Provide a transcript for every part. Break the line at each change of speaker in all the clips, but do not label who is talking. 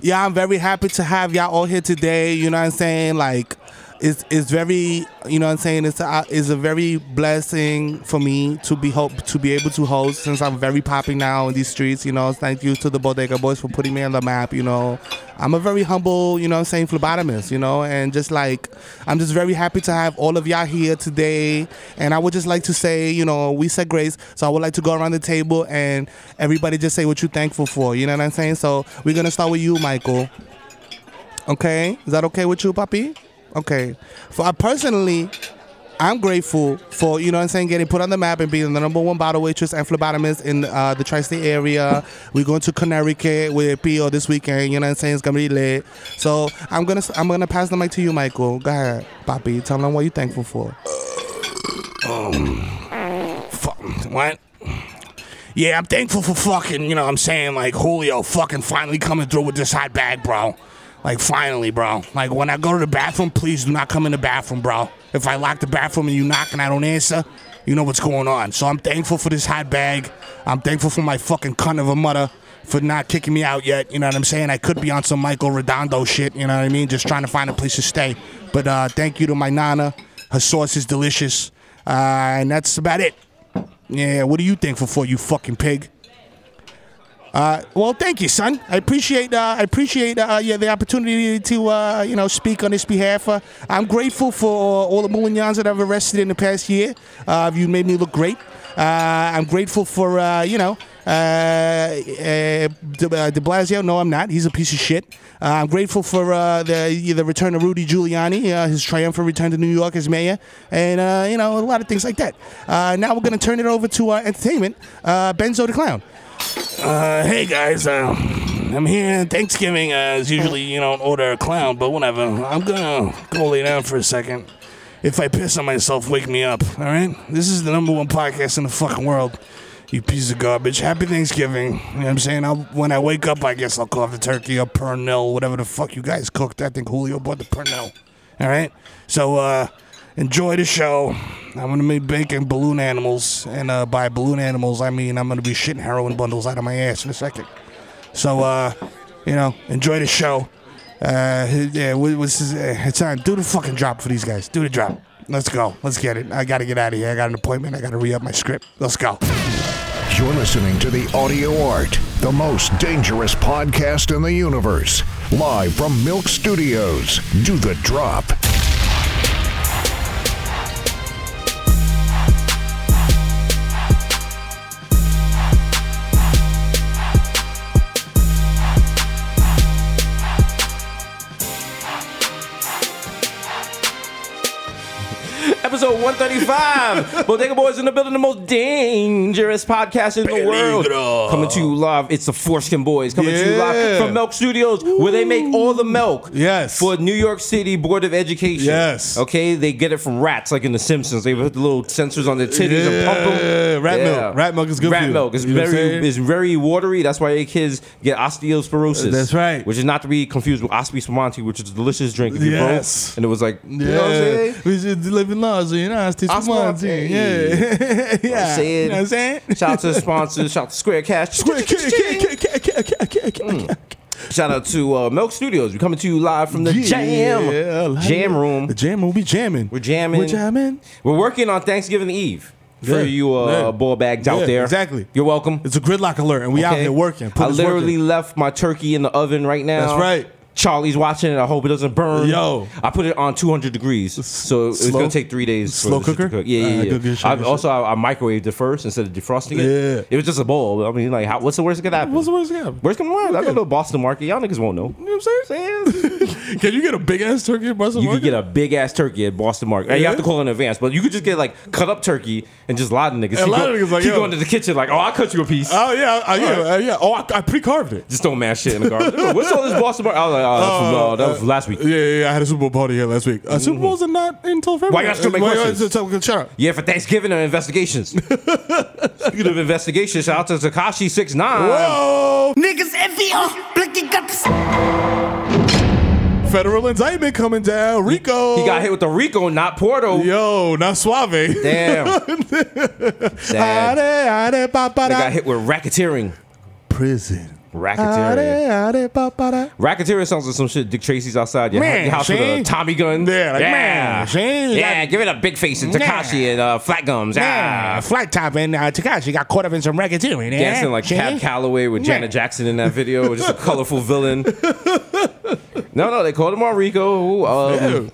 Yeah, I'm very happy to have y'all all here today. You know what I'm saying? Like, it's it's very you know what I'm saying. It's a, it's a very blessing for me to be hope to be able to host since I'm very popping now in these streets. You know, thank you to the Bodega Boys for putting me on the map. You know, I'm a very humble you know what I'm saying phlebotomist. You know, and just like I'm just very happy to have all of y'all here today. And I would just like to say you know we said grace, so I would like to go around the table and everybody just say what you're thankful for. You know what I'm saying? So we're gonna start with you, Michael. Okay, is that okay with you, Papi? Okay. For I personally, I'm grateful for you know what I'm saying getting put on the map and being the number one bottle waitress and phlebotomist in uh, the tri-state area. We're going to Connecticut with Pio this weekend. You know what I'm saying? It's gonna be lit. So I'm gonna I'm gonna pass the mic to you, Michael. Go ahead, Papi. Tell them what you're thankful for.
Fuck, what? Yeah, I'm thankful for fucking, you know what I'm saying, like Julio fucking finally coming through with this hot bag, bro. Like finally, bro. Like Oh, when I go to the bathroom, please do not come in the bathroom, bro. If I lock the bathroom and you knock and I don't answer, you know what's going on. So I'm thankful for this hot bag. I'm thankful for my fucking cunt of a mother for not kicking me out yet. You know what I'm saying? I could be on some Michael Redondo shit, you know what I mean? Just trying to find a place to stay. But uh thank you to my nana. Her sauce is delicious. Uh, and that's about it. Yeah, what are you thankful for, you fucking pig? Uh, well, thank you, son. I appreciate uh, I appreciate uh, yeah, the opportunity to uh, you know speak on this behalf. Uh, I'm grateful for uh, all the Moulinans that I've arrested in the past year. Uh, you made me look great. Uh, I'm grateful for uh, you know uh, uh, De, uh, De Blasio. No, I'm not. He's a piece of shit. Uh, I'm grateful for uh, the the return of Rudy Giuliani, uh, his triumphant return to New York as mayor, and uh, you know a lot of things like that. Uh, now we're gonna turn it over to our entertainment, uh, Benzo the Clown. Uh, hey guys, uh, I'm here. Thanksgiving uh, is usually you don't order a clown, but whatever. I'm gonna go lay down for a second. If I piss on myself, wake me up. All right. This is the number one podcast in the fucking world. You piece of garbage. Happy Thanksgiving. You know what I'm saying? I'll, when I wake up, I guess I'll carve the turkey or pernil, whatever the fuck you guys cooked. I think Julio bought the pernil. All right. So uh, enjoy the show. I'm gonna be baking balloon animals, and uh, by balloon animals, I mean I'm gonna be shitting heroin bundles out of my ass in a second. So, uh, you know, enjoy the show. Uh, yeah, what- what's his, uh, it's time. Do the fucking drop for these guys. Do the drop. Let's go. Let's get it. I gotta get out of here. I got an appointment. I gotta re up my script. Let's go.
You're listening to the Audio Art, the most dangerous podcast in the universe. Live from Milk Studios. Do the drop.
Episode 135. Bodega Boys in the building, the most dangerous podcast in the world.
Peligro.
Coming to you live. It's the Foreskin Boys coming to you live
Yeah.
from Milk Studios, where they make all the milk.
Yes.
For New York City Board of Education.
Yes.
Okay, they get it from rats, like in The Simpsons. They put the little sensors on their titties and pump them.
Yeah, rat milk. Rat milk is good for
Rat
you.
milk is
You know what I'm saying?
very is very watery. That's why your kids get osteosporosis.
That's right.
Which is not to be confused with Ospi Spumanti, which is a delicious drink. If you're broke.
Yes.
And it was like, you know what I'm saying?
Yeah, we should live in large, you know, it's too
I'm
small,
small,
yeah, yeah,
I'm saying.
you know what I'm saying?
Shout out to the sponsors. Shout out to Square Cash.
Square, kick, kick, kick, kick, kick, kick, kick, kick.
Shout out to uh, Milk Studios. We're coming to you live from the
Yeah, I
jam,
like
jam
it.
room.
The jam room. We jamming.
We're jamming.
We're jamming.
We're working on Thanksgiving Eve for
Yeah,
you uh,
yeah.
ball bags
Yeah,
out there.
exactly.
You're welcome.
It's a gridlock alert, and we out
Okay.
here working.
I
Put this work in.
literally left my turkey in the oven right now.
That's right.
Charlie's watching it. I hope it doesn't burn.
Yo.
I put it on 200 degrees, so it's
slow-
gonna take three days.
slow
this shit to
cooker?
cook. Yeah,
Uh,
yeah, yeah.
good, good shit,
I
good
also I, I microwaved it first instead of defrosting it.
Yeah.
it was just a bowl. I mean, like, how, what's the worst that could happen?
What's the worst that could happen?
Worst come around. I go
Okay.
to the Boston market. Y'all niggas won't know.
You know what I'm saying? Can you get a big ass turkey at Brussels
You could
market?
get a big ass turkey at Boston Market. And You have to
Yeah.
call in advance, but you could just get like cut up turkey and just lie to niggas.
And
Keep
lie to
go-
niggas like,
keep
yo.
going to the kitchen like, oh, I cut you a piece.
Oh yeah, oh, yeah, uh, yeah. Oh, I, I pre-carved it.
just don't mash shit in the garbage. What's all this Boston Market? I was like, oh, that's from, uh, that was from last week.
Yeah, yeah, yeah, I had a Super Bowl party here last week.
Mm-hmm.
Uh, Super Bowls are not until February.
Why you ask too many
Why you
questions?
ask- so- Shut up.
Yeah, for Thanksgiving and investigations. Speaking of investigations, shout out to Takashi Six
Um,
Nine.
Whoa!
Niggas FBI, blicky got the
Federal indictment coming down. Rico.
He got hit with the Rico, not Porto.
Yo, not suave.
Damn. Sad.
Ade, ade, ba, ba,
They
da.
got hit with racketeering.
Prison.
Racketeering.
Ba-da-da-da-ba-ba-da.
Racketeering sounds like some shit. Dick Tracy's outside your,
Man,
your house with
see?
a Tommy gun.
Yeah, like, man, see?
yeah. Give it a big face and Takashi and uh, flat gums. Ah.
Yeah,
Yeah.
flight top and uh, Takashi got caught up in some racketeering. eh?
Dancing like Cab
See?
Calloway with
Yeah.
Janet Jackson in that video, just a colorful villain. No, no, they called him Enrico. Um,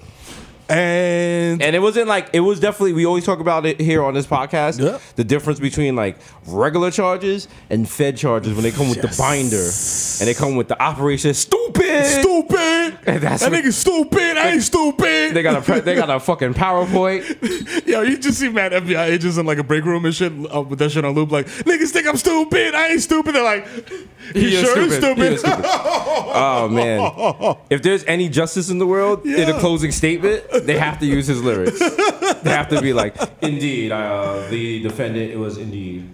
And
and it wasn't like it was definitely we always talk about it here on this podcast
Yeah.
the difference between like regular charges and fed charges when they come with the binder and they come with the operation stupid
stupid.
And that's
that
what-
nigga stupid. I ain't stupid.
they got a pre- they got a fucking powerpoint
Yo, you just see mad FBI agents in like a break room and shit uh, with that shit on loop. Like niggas think I'm stupid. I ain't stupid. They're like, he
He is
sure is
stupid. He
stupid.
is stupid. oh man if there's any justice in the world in a
Yeah.
closing statement they have to use his lyrics they have to be like indeed uh, the defendant it was indeed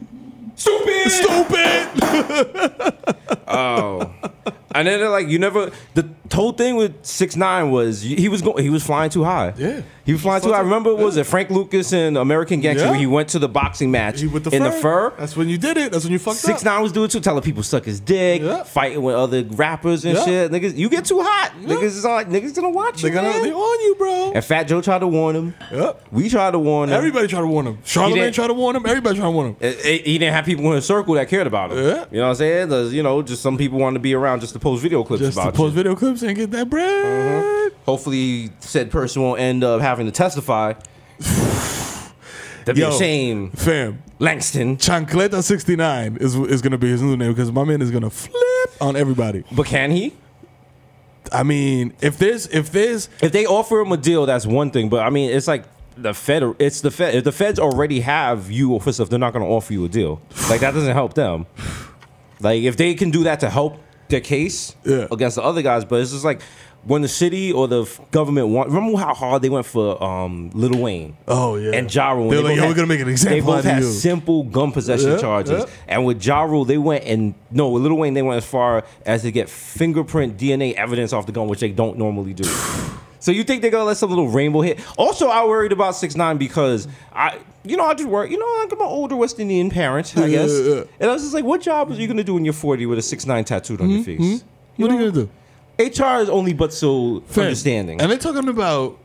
stupid Oh.
stupid.
And then they're like, you never. The whole thing with six nine was he was going, he was flying too high.
Yeah.
he was flying too high. I remember was it Frank Lucas and American Gangster
Yeah.
where he went to the boxing match
He with the
in
fur.
the fur.
That's when you did it. That's when you fucked
Six
up.
nine was doing too, telling people suck his dick,
Yeah.
fighting with other rappers and
Yeah.
shit. Niggas, you get too hot. Niggas is on. Niggas gonna watch
They
you.
gonna
man.
they on you, bro.
and Fat Joe tried to warn him.
Yep.
We tried to warn him.
Everybody try to warn him. Charlamagne
didn't-
try to warn him. Everybody try to warn him.
It- it- he didn't have people in his circle that cared about him.
Yeah.
You know what I'm saying? There's, you know, just some people wanted to be around just to post video clips
Just to
about
post
you. Uh-huh.
video clips and get that bread.
Hopefully, said person won't end up having to testify. That'd be a
Yo.
shame,
Fam,
Langston.
Chancleta 69 is is gonna be his new name because my man is gonna flip on everybody.
But can he?
I mean, if there's if there's
If they offer him a deal, that's one thing. But I mean, it's like the Fed. It's the Fed. If the Feds already have you for stuff, they're not going to offer you a deal. Like that doesn't help them. Like if they can do that to help their case
Yeah.
against the other guys, but it's just like when the city or the f- government want. Remember how hard they went for um, Little Wayne?
Oh, yeah.
and Ja
They
Rule.
were like,
They both
"Yo, we're
had-
gonna make an example
They both
out of
had
you."
simple gun possession
Yeah,
charges.
yeah.
And with Ja Rule, they went and no, with Little Wayne, they went as far as to get fingerprint DNA evidence off the gun, which they don't normally do. so you think they're gonna let some little rainbow hit? Also, I worried about six nine because I, you know, I just worry. You know, like I'm an older West Indian parent, I guess.
yeah, yeah.
And I was just like, what job are you gonna do when you're 40 with a six nine tattooed on your
Mm-hmm,
face?
what are you gonna do?
HR is only but so
Fam,
understanding.
And they're talking about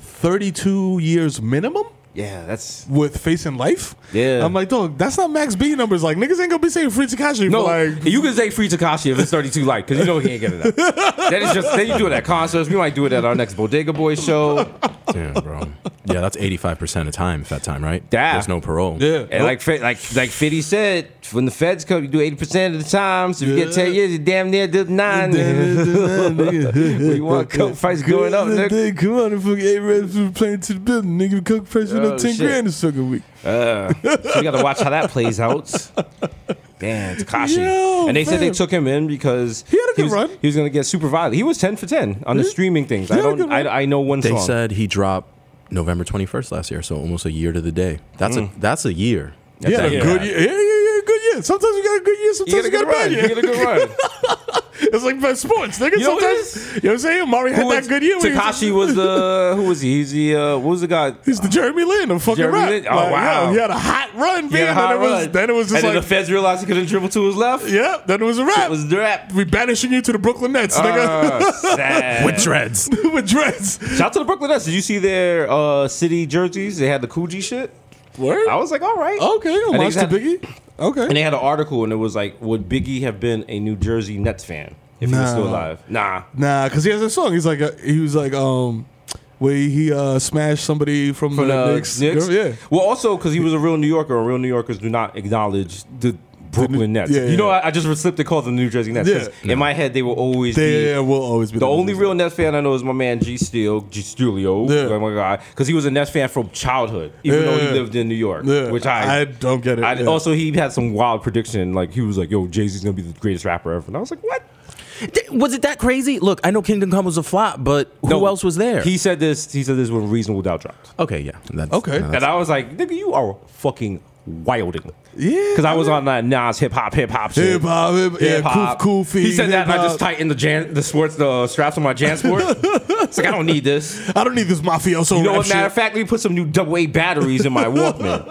32 years minimum
yeah, that's
with facing life.
Yeah.
I'm like, dog, that's not Max B numbers. Like, niggas ain't gonna be saying free Takashi. No,
No,
like,
you can say free Takashi if it's 32 light, because you know he ain't getting that. that is just then you do it at concerts. We might do it at our next Bodega Boy show.
Damn, bro. Yeah, that's 85% of time, fat time, right?
Yeah.
There's no parole.
yeah.
And like Fe- like like Fitty said, when the feds come, you do 80% of the time. So if you get 10 years, you damn near did nine.
we
We want coke price going up, nigga.
Come on and fucking eight reds from playing to the building, nigga. Coke price went
Oh,
up 10
shit.
grand this fucking week.
Uh, so you gotta watch how that plays out. Damn, Takashi.
Yo,
and they said they
fam.
took him in because
He had a good
was,
run.
He was gonna get super violent. He was 10 for 10 on the streaming things. I
had a
don't
good run.
I, I know one
They
song.
said he dropped November 21st last year, so almost a year to the day. That's a that's Mm. a year.
He had
a
a
year.
good year. Yeah, yeah, yeah, good year. Sometimes you got a good year,
he
sometimes
had
you
a
got
good
a bad
run. He
year.
had a good run.
It's like best sports, nigga.
You know what it
sometimes, you know what I'm saying? Mari had
Who
that
was-
good year. when he was-
Takashi was the who was he? He's the uh, what was the guy?
He's the Jeremy Lin of fucking
Jeremy
rap.
Lin? Oh,
Like,
wow.
yo, he had a hot run,
He
man.
had
then,
a hot
it was,
run.
then it was
and
just
then
like,
the feds realized he couldn't dribble to his left.
yeah, then it was a
It
rap.
was the rap.
we banishing you to the Brooklyn Nets,
Uh, sad.
With dreads.
nigga, with dreads.
Shout out to the Brooklyn Nets. Did you see their uh, city jerseys? They had the Coogee shit.
Word?
I was like, all right,
Oh, okay, I
And they
watched the
had-
Biggie.
And
Okay.
they had an article, and it was like, would Biggie have been a New Jersey Nets fan if he
Nah.
was still alive? Nah.
Nah, because he has a song. He's like, uh, he was like, um, where he uh, smashed somebody from,
From
the
the
Knicks.
Knicks?
Yeah.
Well, also because he was a real New Yorker, and real New Yorkers do not acknowledge the Brooklyn Nets.
yeah,
you know,
yeah.
I, I just slipped to call them the New Jersey Nets. 'cause
Yeah.
In my head, they will always
They
be.
will always be
The only real Nets fan I know is my man G Steel, G Stulio,
Yeah.
oh my god, because he was a Nets fan from childhood, even though
Yeah.
he lived in New York,
Yeah.
which I,
I don't get it,
I,
yeah.
Also, he had some wild prediction, like he was like, "Yo, Jay Z's gonna be the greatest rapper ever," and I was like, "What?"
Was it that crazy? Look, I know Kingdom Come was a flop, but who
No,
else was there?
He said this. He said this when Reasonable Doubt dropped,
okay, yeah. That's,
Okay.
no, that's-
and I was like, "Nigga, you are fucking wilding.
Yeah,
Because I was on that Nas hip hop, hip hop shit.
Hip hop, hip, yeah,
Hip-hop.
Koof, Koofy.
He said that, and I
hip-hop.
just tightened the jan, the sports, the straps on my Jan sport. it's like I don't need this.
I don't need this mafioso
You know
rap
what?
shit.
Matter of fact, let me put some new double A batteries in my Walkman.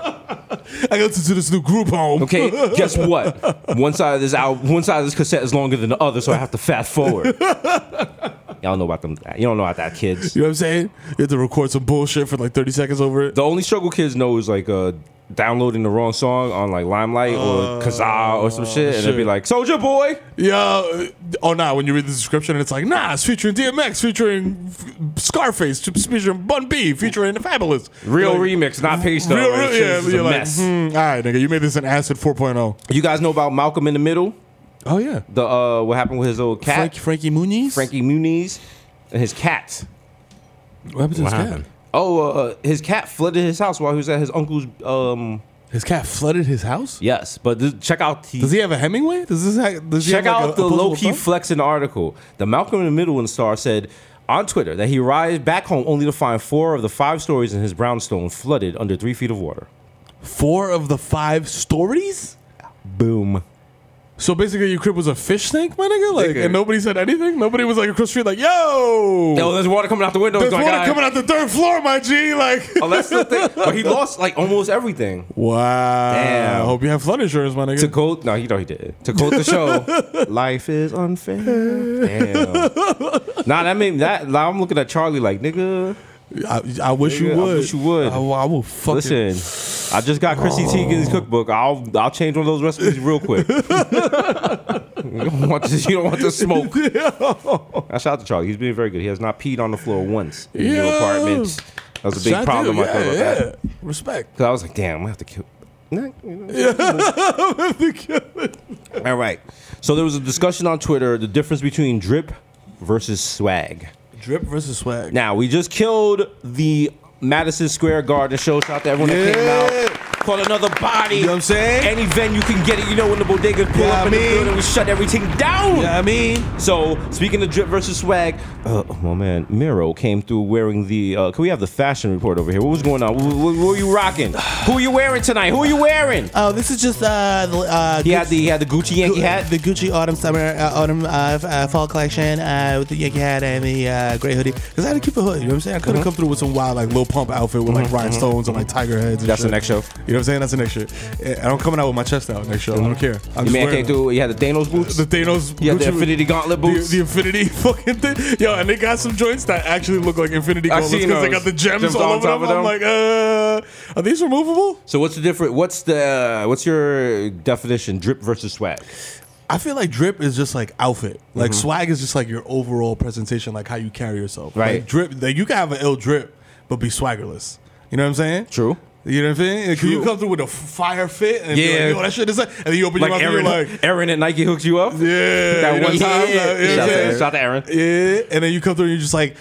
I got to do this new group home.
Okay, guess what? One side of this out, one side of this cassette is longer than the other, so I have to fast forward. Y'all know about them. You don't know about that, kids.
You know what I'm saying? You have to record some bullshit for like 30 seconds over it.
The only struggle kids know is like uh, downloading the wrong song on like Limelight or Kazaa or some shit, and it'd be
Uh, shit.
like Soldier Boy.
Yeah. Oh, nah. When you read the description, it's like, nah, it's featuring DMX, featuring f- Scarface, featuring Bun B, featuring The Fabulous.
Real
You're like,
remix, not paste though.
Real,
Real,
real, yeah. You're
a
like,
mess.
hmm, all right, nigga, you made this an acid oh. 4.0.
You guys know about Malcolm in the Middle?
Oh, yeah.
The uh, what happened with his old cat,
Frank, Frankie Muniz?
Frankie Muniz, and his cat.
What happened to
What
his
happened?
cat?
Oh, uh, uh, his cat flooded his house while he was at his uncle's. Um,
His cat flooded his house?
yes, but this, check out the
Does he have a Hemingway? Does this ha- does he
check
have, like,
out
a-
the
opposable
low key
thumb?
flexing article. The Malcolm in the Middle and star said on Twitter that he arrived back home only to find four of the five stories in his brownstone flooded under three feet of water.
Four of the five stories?
Boom.
So basically, your crib was a fish tank, my nigga. Like,
Nigga.
and nobody said anything. Nobody was like across the street, like, "Yo,
Yo, there's water coming out the window.
there's
my
water
guy.
coming out the third floor, my G." Like,
Oh, that's the thing. But he lost like almost everything.
wow.
Damn.
I hope you have flood insurance, my nigga.
To quote, no, you know he did. To quote the show, life is unfair. Damn. Nah, that made that. Now I'm looking at Charlie like, nigga.
I, I wish you
Nigga, I
would.
wish you would.
I, will- I will fucking.
Listen, I just got Chrissy Teigen's cookbook. I'll I'll change one of those recipes real quick. you don't want this. You don't want the smoke. I shout out to Charlie. He's been very good. He has not peed on the floor once in his new
Yeah.
apartment. That was a big
Shout out to
problem.
you.
I thought about
yeah,
that.
yeah. Respect.
Cause I was like, damn, I have to kill. Nah, you know. All right. So there was a discussion on Twitter the difference between drip versus swag.
Drip versus swag.
Now we just killed the Madison Square Garden show. Shout out to everyone that
Yeah.
came out. Call another body.
You know what I'm saying?
Any venue you can get it. You know when the bodegas pull
Yeah,
up
I
in the
mean.
building, we shut everything down.
You know what I mean,
So speaking of drip versus swag, uh, oh my man, Miro came through wearing the. Uh, can we have the fashion report over here? What was going on? What, what, what were you rocking? Who are you wearing tonight? Who are you wearing?
oh, this is just uh, the, uh,
He had the he had the Gucci
Gu-
Yankee hat.
The Gucci autumn summer uh, autumn uh, f- uh, fall collection uh, with the Yankee hat and the uh, gray hoodie. Cause I had to keep a hood. You know what I'm saying? I
Mm-hmm.
could have come through with some wild like Lil Pump outfit with like rhinestones and like tiger heads. And
That's the
shit.
next show.
You know what I'm saying? That's the next shit. I'm coming out with my chest out next show. I don't care. I'm
Your
just
man
wearing
came through. He had the Thanos boots.
The Thanos.
Yeah, the
Gucci-
Infinity Gauntlet
the-
boots.
The, Infinity fucking thing. Yo, and they got some joints that actually look like Infinity
I've
Gauntlets
seen
because they
those.
got the gems,
Gems
all
on
over
top
them.
of
I'm
them.
like, uh, are these removable?
so what's the different? What's the what's your definition? Drip versus swag.
I feel like drip is just like outfit. Like
Mm-hmm.
swag is just like your overall presentation, like how you carry yourself.
Right.
Like drip, like you can have an ill drip, but be swaggerless. You know what I'm saying?
True.
You know what I'm saying? Can
True.
you come through with a f- fire fit and
Yeah.
yeah. like, yo, that shit is like, and then you open your
Like
mouth and
Aaron,
you're like,
Aaron at Nike hooked you up.
yeah,
that
you know
one
what I'm
time.
saying? Like, you know what I'm
Shout, out to,
saying?
shout out to Aaron.
Yeah, and then you come through and you're just like,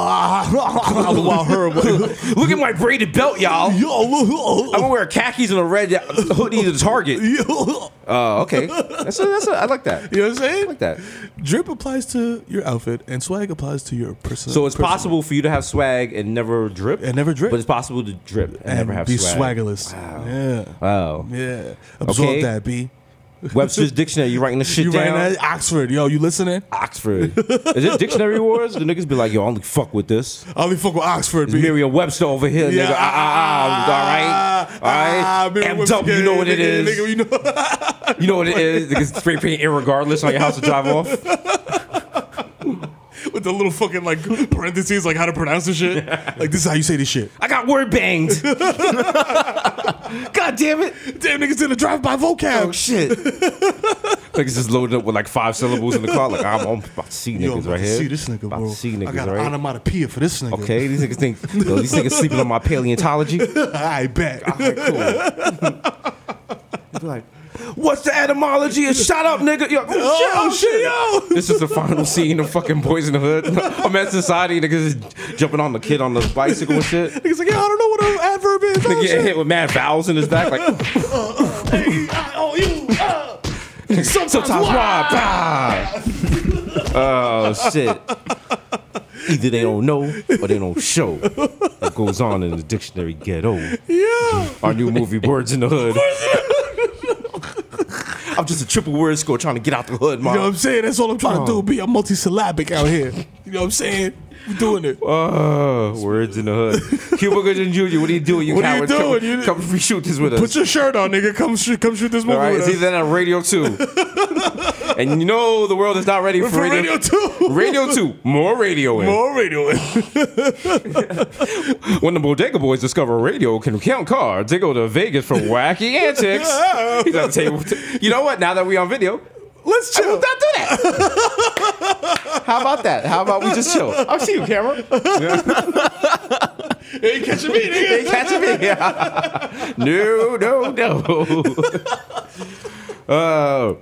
ah, while her, like,
Look at my braided belt, y'all. I'm gonna
yo,
wear khakis and a red hoodie to Target.
yo,
Oh, okay. That's a, that's a, I like that.
you know what I'm saying?
I like that.
Drip applies to your outfit, and swag applies to your person.
So it's
person.
possible for you to have swag and never drip,
And never drip.
but it's possible to drip and, never have
be
swag.
swaggerless. Yeah.
Wow.
Yeah. Absorb
Okay.
that, B.
Webster's dictionary. You writing this shit
You
down?
right now, Oxford. Yo, you listening?
Oxford. Is it dictionary wars? The niggas be like, yo, I only fuck with this.
I only fuck with Oxford, B.
Miriam Webster over here,
Yeah,
nigga. Ah, ah, ah, all right.
ah,
All right.
Miriam
MW, you know what it
Webster, nigga,
is.
you know-
You know what it is. Niggas spray paint irregardless on your house to drive off.
with the little fucking like parentheses, like how to pronounce the shit. Like this is how you say this shit.
I got word banged. God damn it.
Damn niggas did a drive by vocab.
Oh shit. niggas just loaded up with like five syllables in the car. Like I'm, I'm about to see niggas
Yo, I'm about
right
to
here.
see this nigga,
about
bro.
to
I
see niggas
got an
right.
onomatopoeia for this nigga.
Okay, these niggas think yo, these niggas sleeping on my paleontology.
I bet.
Alright, cool. Be like, What's the etymology? of shut up, nigga. Yo,
Oh, shit, yo.
This is the final scene of fucking Boys in the Hood. I'm at society, niggas is jumping on the kid on the bicycle and shit.
Niggas like, yo, I don't know what an adverb is.
Nigga
Oh,
getting
shit.
hit with mad vowels in his back, like
Hey, I owe you. uh.
sometimes, why? Bah. oh shit. Either they don't know or they don't show. what goes on in the dictionary ghetto.
Yeah.
Our new movie, Words in the Hood. I'm just a triple word score trying to get out the hood,
You know what I'm
mom.
saying? That's all I'm trying
Oh.
to do. Be a multisyllabic out here. You know what I'm saying? We're doing it.
Uh, words in the hood. Cuba Gooding Jr., what are you doing? You
What are you
coward. Come-
doing? You-
Come, reshoot this with us.
Put your shirt on, nigga. Come shoot, come shoot this movie.
All right,
with
it's
us.
either that on Radio 2. and you know the world is not ready for,
for Radio 2.
Radio 2. More radio in.
More radio.
When the Bodega Boys discover radio can count cards, they go to Vegas for wacky antics. He's on the table. You know what? Now that we on video,
Let's
I will
chill.
not do that. How about that? How about we just chill? I'll see you, camera.
Ain't catching me, nigga.
They catching me. no, no, no. Uh,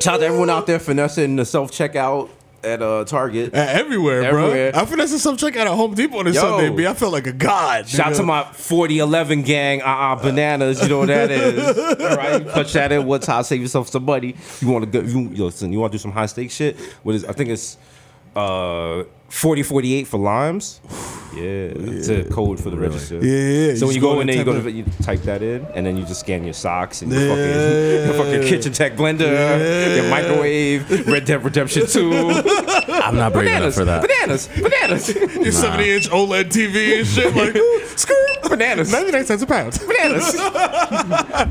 shout out to everyone out there finessing the self checkout at uh, Target.
Uh, everywhere,
Everywhere.
bro. I finessed some check out of Home Depot on a
Yo.
Sunday, B. I felt like a god.
Shout out
nigga.
to my 4011 gang, uh uh bananas, you know what that is. All right, punch that in. What's how save yourself some money? You want to go, you yo, listen, you want to do some high stakes shit? What is, I think it's uh 4048 for limes. Yeah, it's a code for the register.
Yeah, yeah, yeah.
So
just
when you go in there, you
type
go
in-
to, you type that in, and then you just scan your socks and your,
Yeah.
fucking, your fucking kitchen tech blender, your microwave, Red Dead Redemption 2.
I'm not brave
Bananas,
enough for that.
bananas, bananas,
your 70 inch OLED TV and shit. Like, ooh, screw it.
bananas.
99 cents a pound.
bananas.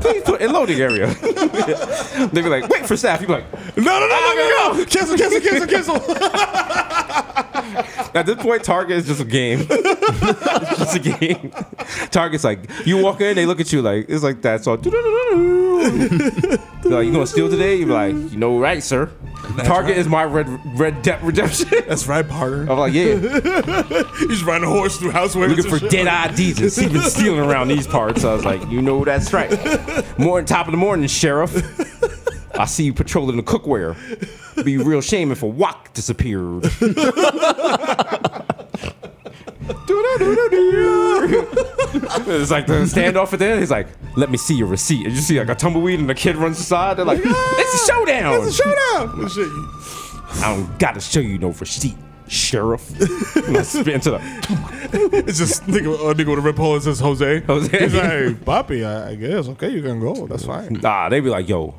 Please put in loading area. they be like, wait for staff. You be like,
No, no, no, no, no, no. Cancel, cancel, cancel, cancel.
at this point, Target is just a game. it's just a game. Target's like, you walk in, they look at you like, it's like that song. They're like, you gonna steal today? You be like, you know, right, sir. Target is my red red debt redemption.
That's right, partner.
I'm like, yeah,
He's riding a horse through housewares.
Oh. looking for
and shit.
dead IDs and see- been stealing around these parts. I was like, you know, that's right. Morning, top of the morning, sheriff. I see you patrolling the cookware. Be real shame if a wok disappeared. it's like the standoff at the end. He's like, "Let me see your receipt." And you see like a tumbleweed, and the kid runs aside. They're like, "It's a showdown!
ah. It's a showdown. And shit.
I don't gotta show you no receipt, sheriff." and I spit into the.
It's just nigga, a nigga with a red pole that says Jose.
Jose.
He's like, Poppy, I, I guess. Okay, you can go. That's fine.
Nah, they be like, yo,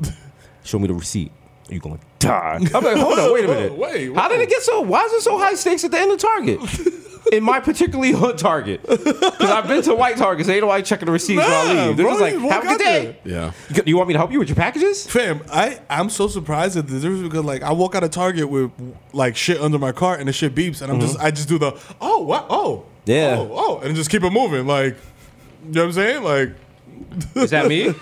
show me the receipt. You gonna die. I'm like, hold on, wait a minute.
Wait,
How did it get so why is it so high stakes at the end of Target? In my particularly hood Target. Because I've been to white Targets, they don't like checking the receipts when I
Nah,
leave. They're
bro,
just like,
you walk
have a good
out
day.
Yeah.
You, you want me to help you with your packages?
Fam, I I'm so surprised at the difference because like I walk out of Target with like shit under my cart and the shit beeps and I'm just I just do the oh wow oh
Mm-hmm. Yeah.
oh, oh and just keep it moving like you know what I'm saying like
Is that me?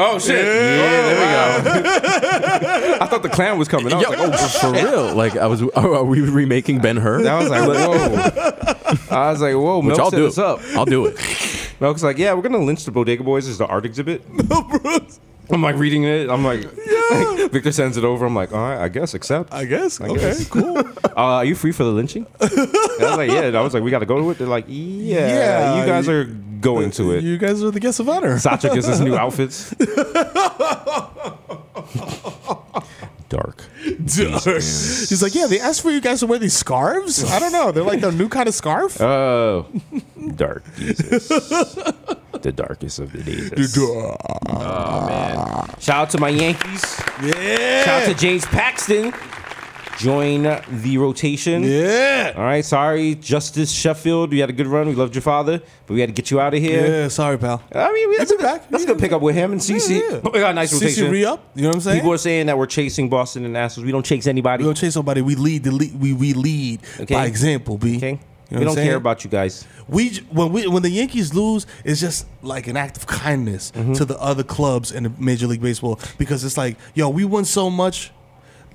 Oh shit. Yeah, there we go. I thought the clan was coming. I was like, oh
For real, like I was. Are, are we remaking Ben Hur?
I was like, whoa. I was like, whoa,
Which
Milk
I'll
set
do.
us up.
I'll do it.
Milk's like, yeah, we're gonna lynch the Bodega Boys as the art exhibit. I'm like reading it. I'm like, Victor sends it over. I'm like, all right, I guess accept.
I guess okay
guess.
cool
Uh, are you free for the lynching? And I was like, yeah. And I was like, we got to go to it. They're like, yeah,
Yeah,
you guys
you-
are going to it.
you guys are the guests of honor
Sacha gives us new outfits. Dark.
he's like yeah they asked for you guys to wear these scarves I don't know they're like the new kind of scarf
Oh, dark Jesus. the darkest of the days. Shout out to my Yankees.
yeah
Shout out to James Paxton. Join the rotation.
yeah
All right, sorry, Justice Sheffield. You had a good run. We loved your father, but we had to get you out of here.
yeah sorry pal
I mean, we- that's, a
He'll
good,
be back.
that's a good pickup with him and CC.
Yeah, eh? yeah.
But we got a nice
CC
rotation.
re up you know what I'm saying
People are saying that we're chasing Boston and Nationals. We don't chase anybody.
we don't chase nobody we lead the lead, we we lead
Okay.
by example B
okay?
You know
we
what I'm
don't care
saying?
about you guys.
we j- when we when the Yankees lose, it's just like an act of kindness
Mm-hmm.
to the other clubs in the Major League Baseball because it's like, yo, we won so much,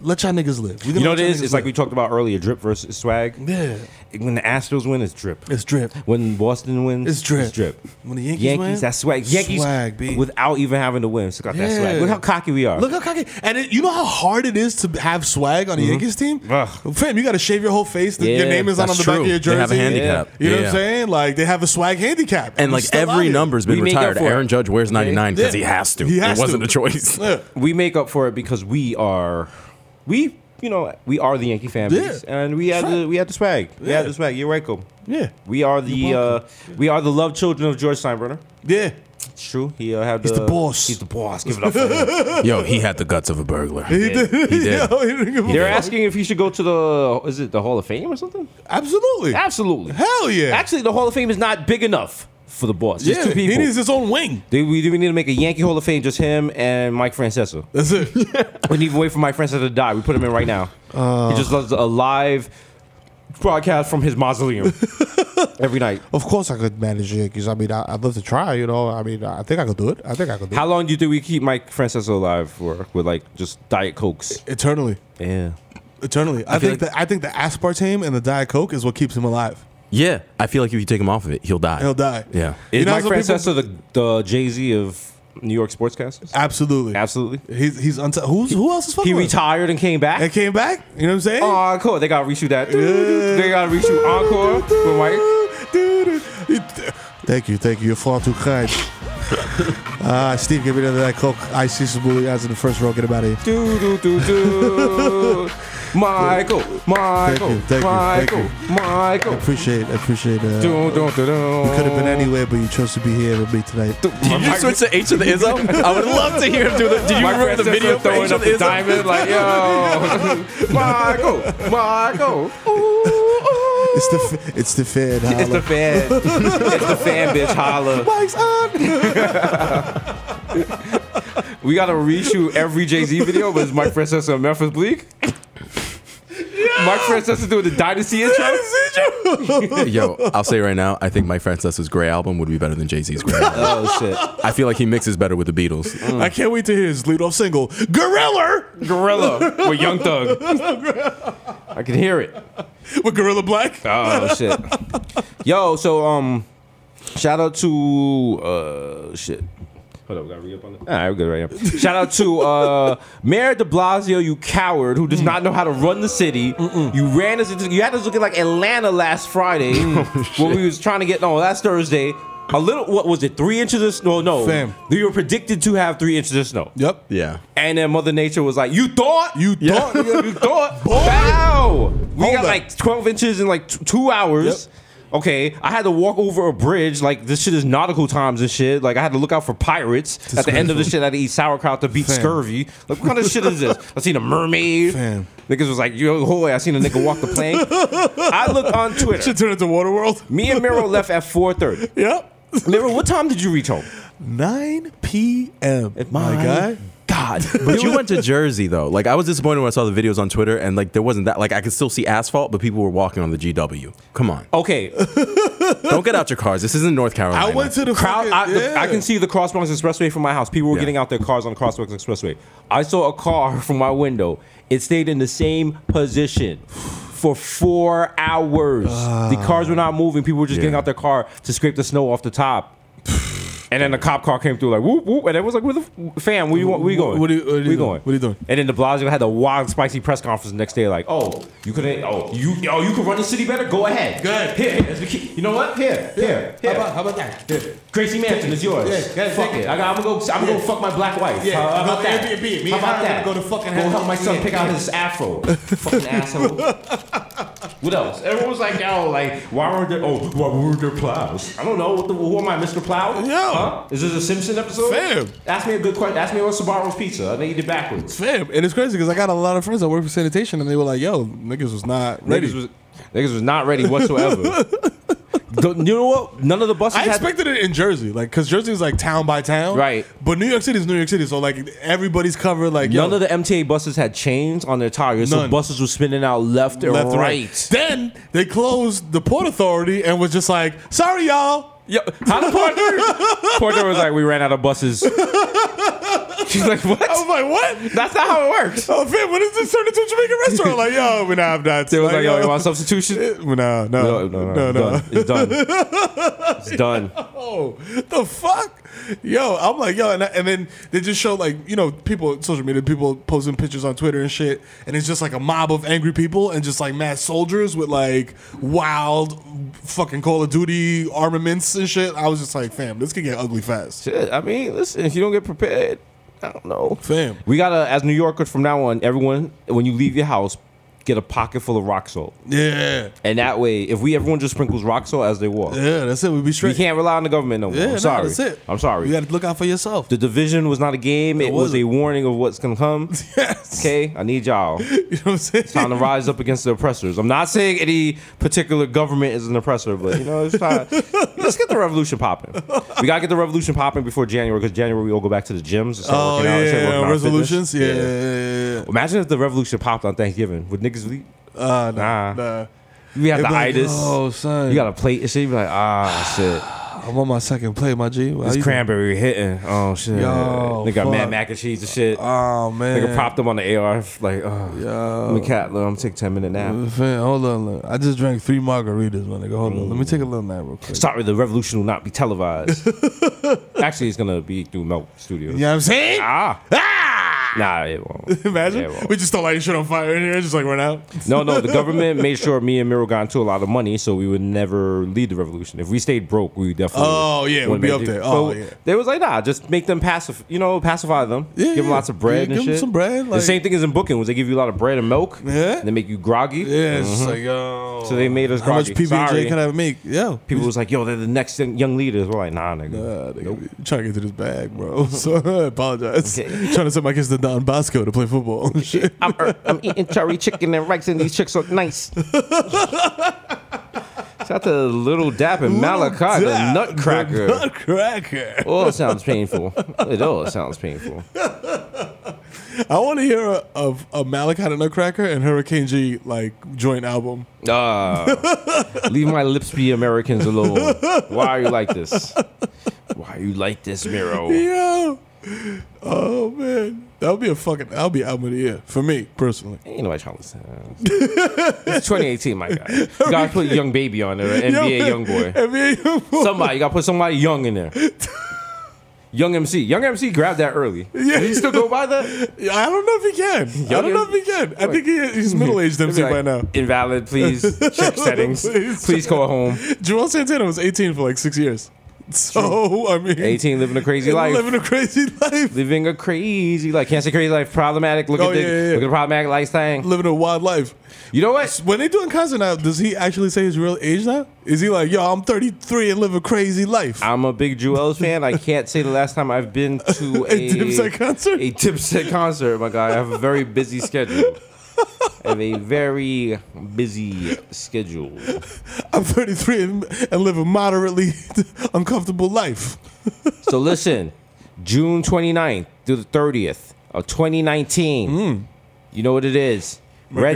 let y'all niggas live. We're
You know what it is? It's like we talked about earlier, drip versus swag.
yeah,
When the Astros win, it's drip.
it's drip.
When Boston wins,
It's drip.
When
When
the
the Yankees
Yankees, Yankees
win,
that's swag. Yankees
swag, B.
without even having to win, it's got that swag.
Yeah.
Look how cocky we are.
Look how cocky, and it, you know how hard it is to have swag
Mm-hmm.
on a Yankees team.
Ugh.
Fam, you got to shave your whole face. th-
Yeah,
your name is not on
that's
the back of
true.
your
They
jersey.
have a handicap.
You know what
Yeah.
I'm saying? Like they have a swag handicap,
And
you
like
still out
every
here.
number's been
We make up
retired.
for it.
Aaron Judge wears 99 because
Yeah.
he has to.
He has
it wasn't
to.
a choice.
Yeah.
we make up for it because we are we you know, we are the Yankee fan base,
Yeah.
and we had the we had the swag. We had
Yeah.
the swag. You're right, Cole.
Yeah.
We are the
You're
uh,
welcome.
we are the love children of George Steinbrenner.
Yeah.
It's true. He uh, had
He's the boss.
He's the boss. Give it up for him.
Yo, he had the guts of a burglar. He
did.
He did.
Yo, he didn't give a
They're
fuck.
asking if he should go to the is it the Hall of Fame or something?
Absolutely.
Absolutely.
Hell yeah.
Actually, the Hall of Fame is not big enough for the boss. Just
yeah,
two people.
He needs his own wing.
They- we, we need to make a Yankee Hall of Fame just him and Mike Francesa.
That's it.
We didn't even wait for Mike Francesa to die. We put him in right now. he just does a live broadcast from his mausoleum every night.
of course, I could manage the Yankees. I mean, I, I'd love to try. You know, I mean, I think I could do it. I think I could do
How long do you think we keep Mike Francesa alive for? With like just Diet Cokes.
it eternally.
Yeah.
Eternally. I,
feel
think
like-
that I think the aspartame and the diet coke is what keeps him alive.
Yeah, I feel like if you take him off of it, he'll die.
He'll die.
Yeah.
Is
You know,
Mike
some people-
Francesa the, the Jay Z of New York sportscasters?
Absolutely.
Absolutely.
He's he's unti- who's who else is fucking
He
with him?
retired and came back.
and came back. You know what I'm saying?
Encore. They gotta reshoot that.
Yeah.
They gotta reshoot Encore with Mike.
Thank you, thank you. You're far too kind. Ah, Steve, give me another that coke. I see some bully eyes in the first row. Get him out of here.
Do do do do. Michael, Michael,
you, thank you, thank
Michael, Michael.
Appreciate, appreciate. Uh,
Do do do do.
Could have been anywhere, but you chose to be here with me tonight.
Did you switch to H of the Izzo? I would love to hear him do the. Did you
My
remember the
friend
video
video
for H
throwing
of
up
the
the
Izzo?
diamond like yo. Michael, Michael. Ooh, ooh.
It's the f- it's the fan.
It's the
holla.
fan. it's the fan, bitch. Holla.
Mike's on.
We gotta reshoot every Jay Z video, but it's Mike Francesa and Memphis Bleak. Mike Francesa doing the Dynasty intro.
Yo, I'll say right now, I think Mike Francesa's Gray album would be better than Jay Z's Gray. album.
Oh shit.
I feel like he mixes better with the Beatles.
I can't wait to hear his lead off single, Gorilla
Gorilla with Young Thug. I can hear it.
with Gorilla Black.
Oh shit. Yo, so um, shout out to uh shit. Hold up, we gotta re up on that. All right, we're good right now. Shout out to uh, Mayor De Blasio, you coward who does not know how to run the city. You ran us into you had us looking like Atlanta last Friday when we was trying to get no last Thursday. A little, what was it? Three inches of snow? No,
Fam.
we were predicted to have three inches of snow.
Yep.
Yeah.
And then Mother Nature was like, "You thought,
You thought, nigga.
you thought,
Boy.
wow, we
Hold up.
got like twelve inches in like t- two hours." Okay, I had to walk over a bridge. Like this shit is nautical times and shit. Like I had to look out for pirates. At the end of the shit, I had to eat sauerkraut to beat
Fam.
scurvy. Like what kind of shit is this? I seen a mermaid.
Fam.
Niggas was like, "Yo, hoy!" I seen a nigga walk the plank. I looked on Twitter.
Should turn into Waterworld.
Me and Miro left at four thirty.
Yep.
Miro, what time did you reach home?
9 p.m. My, guy.
God,
But you went to Jersey though. Like I was disappointed when I saw the videos on Twitter and like there wasn't that like I could still see asphalt, but people were walking on the GW. Come on.
okay.
Don't get out your cars. This isn't North Carolina.
I went to the
crowd.
fucking-
I, the-
yeah.
I can see the Cross Bronx Expressway from my house. People were
Yeah.
getting out their cars on the Cross Bronx Expressway. I saw a car from my window. It stayed in the same position for four hours. the cars were not moving. People were just getting
Ah. Yeah.
out their car to scrape the snow off the top. And then the cop car came through like whoop whoop, and it was like, "Where the f- fam? Where you want? Where you going?
What are you- what are you
Where
doing?
going?
What are you doing?
And then De Blasio had the wild, spicy press conference the next day, like, "Oh, you couldn't. Oh, you, oh, you could run the city better. Go ahead. Good. Here, as we keep, you know what? Here, here, here.
How about that?
Gracie Mansion is yours.
Yeah, yeah,
fuck
take
it. I got, I'm gonna go. I'm gonna go fuck my black wife.
Yeah,
How, how
go
about that?
Airbnb. Me
how
and
about
her
that?
gonna go to fucking
go help my son
Airbnb.
pick out his afro. fucking asshole. What else? Everyone was like, yo, like, why weren't there? Oh, why weren't there plows? I don't know. What the, who am I, Mr. Plow?
Yo.
Huh? Is this a Simpson episode?
Fam.
Ask me a good question. Ask me what's Sabaro's pizza. I think you did backwards.
Fam, and it's crazy because I got a lot of friends that work for sanitation, and they were like, "Yo, niggas was not ready."
Niggas was, niggas was not ready whatsoever. Don't- you know what? None of the buses
I
had.
expected it in Jersey, like because Jersey is like town by town,
Right.
But New York City is New York City, so like everybody's covered. Like yo,
None of the MTA buses had chains on their tires, so
None.
buses were spinning out left and
left and
right.
Then they closed the port authority and was just like, "Sorry, y'all."
Yo, how the porter? porter was like, "We ran out of buses." She's like,
I was
"What?
like, "What?"
Oh That's not how it works."
Oh, fam, what is this turned into a Jamaican restaurant? Like, yo, we nah, I'm not.
They was like, "Yo, you want substitution?"
No, no, no, no.
It's done. It's done. It's done.
Oh, the fuck, yo! I'm like, yo, and, I, and then they just show like, you know, people social media, people posting pictures on Twitter and shit, and it's just like a mob of angry people and just like mass soldiers with like wild fucking Call of Duty armaments and shit. I was just like, fam, this could get ugly fast.
Shit, I mean, listen, if you don't get prepared, I don't know.
Fam.
We gotta, as New Yorkers from now on, everyone, when you leave your house, get a pocket full of rock salt,
Yeah.
and that way, if we everyone just sprinkles rock salt as they walk,
Yeah, that's it. We be
we
straight.
can't rely on the government no more.
Yeah,
I'm
no,
sorry.
that's it.
I'm sorry.
You got to look out for yourself.
the division was not a game; it, was
wasn't.
a warning of what's gonna come. Okay, I need y'all.
You know what I'm saying?
Time to rise up against the oppressors. I'm not saying any particular government is an oppressor, but you know, it's time. Let's get the revolution popping. We gotta get the revolution popping before January because January we all go back to the gyms. and start
Oh
working out and start working on
yeah,
our fitness.
resolutions. Yeah, yeah, yeah. yeah.
Imagine if the revolution popped on Thanksgiving. Would niggas leave?
Uh,
Nah.
nah, nah.
We have
They
the
be like,
itis.
Oh son,
You got a plate and shit. You be like, ah, shit.
I'm on my second play, my G. How
This
Oh, you
cranberry hitting. Oh, shit.
Yo,
they got mad
fuck.
mac and cheese and shit.
doing? Oh
Nigga
man,
propped them on the AR. Like, oh,
Yo.
I'm a cat. Look, I'm taking 10 minute nap.
Fam, hold on, look. I just drank three margaritas, my nigga. Hold on, let me take a little nap real quick.
Sorry, the revolution will not be televised. Actually, it's gonna be through Milk Studios.
You know what I'm saying?
Ah.
Ah!
Nah, it won't.
Imagine
It won't.
we just start lighting shit on fire in here, just like run out.
No, no, the government made sure me and Miro got into a lot of money, so we would never lead the revolution. If we stayed broke, we definitely.
Oh, yeah, we'd
wouldn't
be
make
up
it.
there. Oh,
But
yeah.
They was like, nah, just make them pacif, you know, pacify them.
Yeah,
give them
yeah.
lots of bread
Yeah,
and
give 'em
shit.
some bread, like-
the same thing as in booking was they give you a lot of bread and milk.
Yeah.
And they make you groggy. Mm-hmm.
Yeah, it's just like yo.
So they made us
How much
groggy.
PB and
Sorry.
J can I make? Yeah,
People was like, yo, they're the next young leaders. We're like, nah, nigga.
Uh, nigga, we Trying to get to this bag, bro. So I apologize.
Okay.
Trying to send my kids to Don Bosco to play football. and shit.
I'm, er- I'm eating cherry chicken and rice, and these chicks look nice. Shout out to Little Dap and Malachi, the
Dap, the
Nutcracker.
nutcracker.
Oh, it sounds painful. It all sounds painful.
I want to hear a, of a Malachi the Nutcracker and Hurricane G like joint album.
Ah, leave my lips be Americans alone. Why are you like this? Why are you like this, Miro?
Yo, oh man, that would be a fucking. That'll be album of the year for me personally.
Ain't nobody trying to listen. It's 2018, my guy. You gotta put young baby on there, or NBA young boy.
NBA young boy.
Somebody, you gotta put somebody young in there. Young MC, young MC grabbed that early. Yeah, he still go by that.
I don't know if he can. I
Young
don't know if he can. I think he, he's middle aged
It'd
MC
be like,
by now.
Invalid, please. Check settings.
Please.
please. call home.
Joel Santana was 18 for like six years. So I mean,
18, living a crazy life.
living a crazy life,
living a crazy like can't say crazy life problematic look
Oh,
at the
yeah, yeah, yeah.
look at the problematic lifestyle
living a wild life.
you know what
When they doing concert now, does he actually say his real age now? Is he like, yo, I'm 33 and live a crazy life?
I'm a big Jewels fan. I can't say the last time I've been to a,
A Dipset concert?
A Dipset concert, my guy. I have a very busy schedule. I have a very busy schedule.
I'm 33 and, and live a moderately uncomfortable life.
So listen, June 29th through the 30th of 2019. You know what it is? Red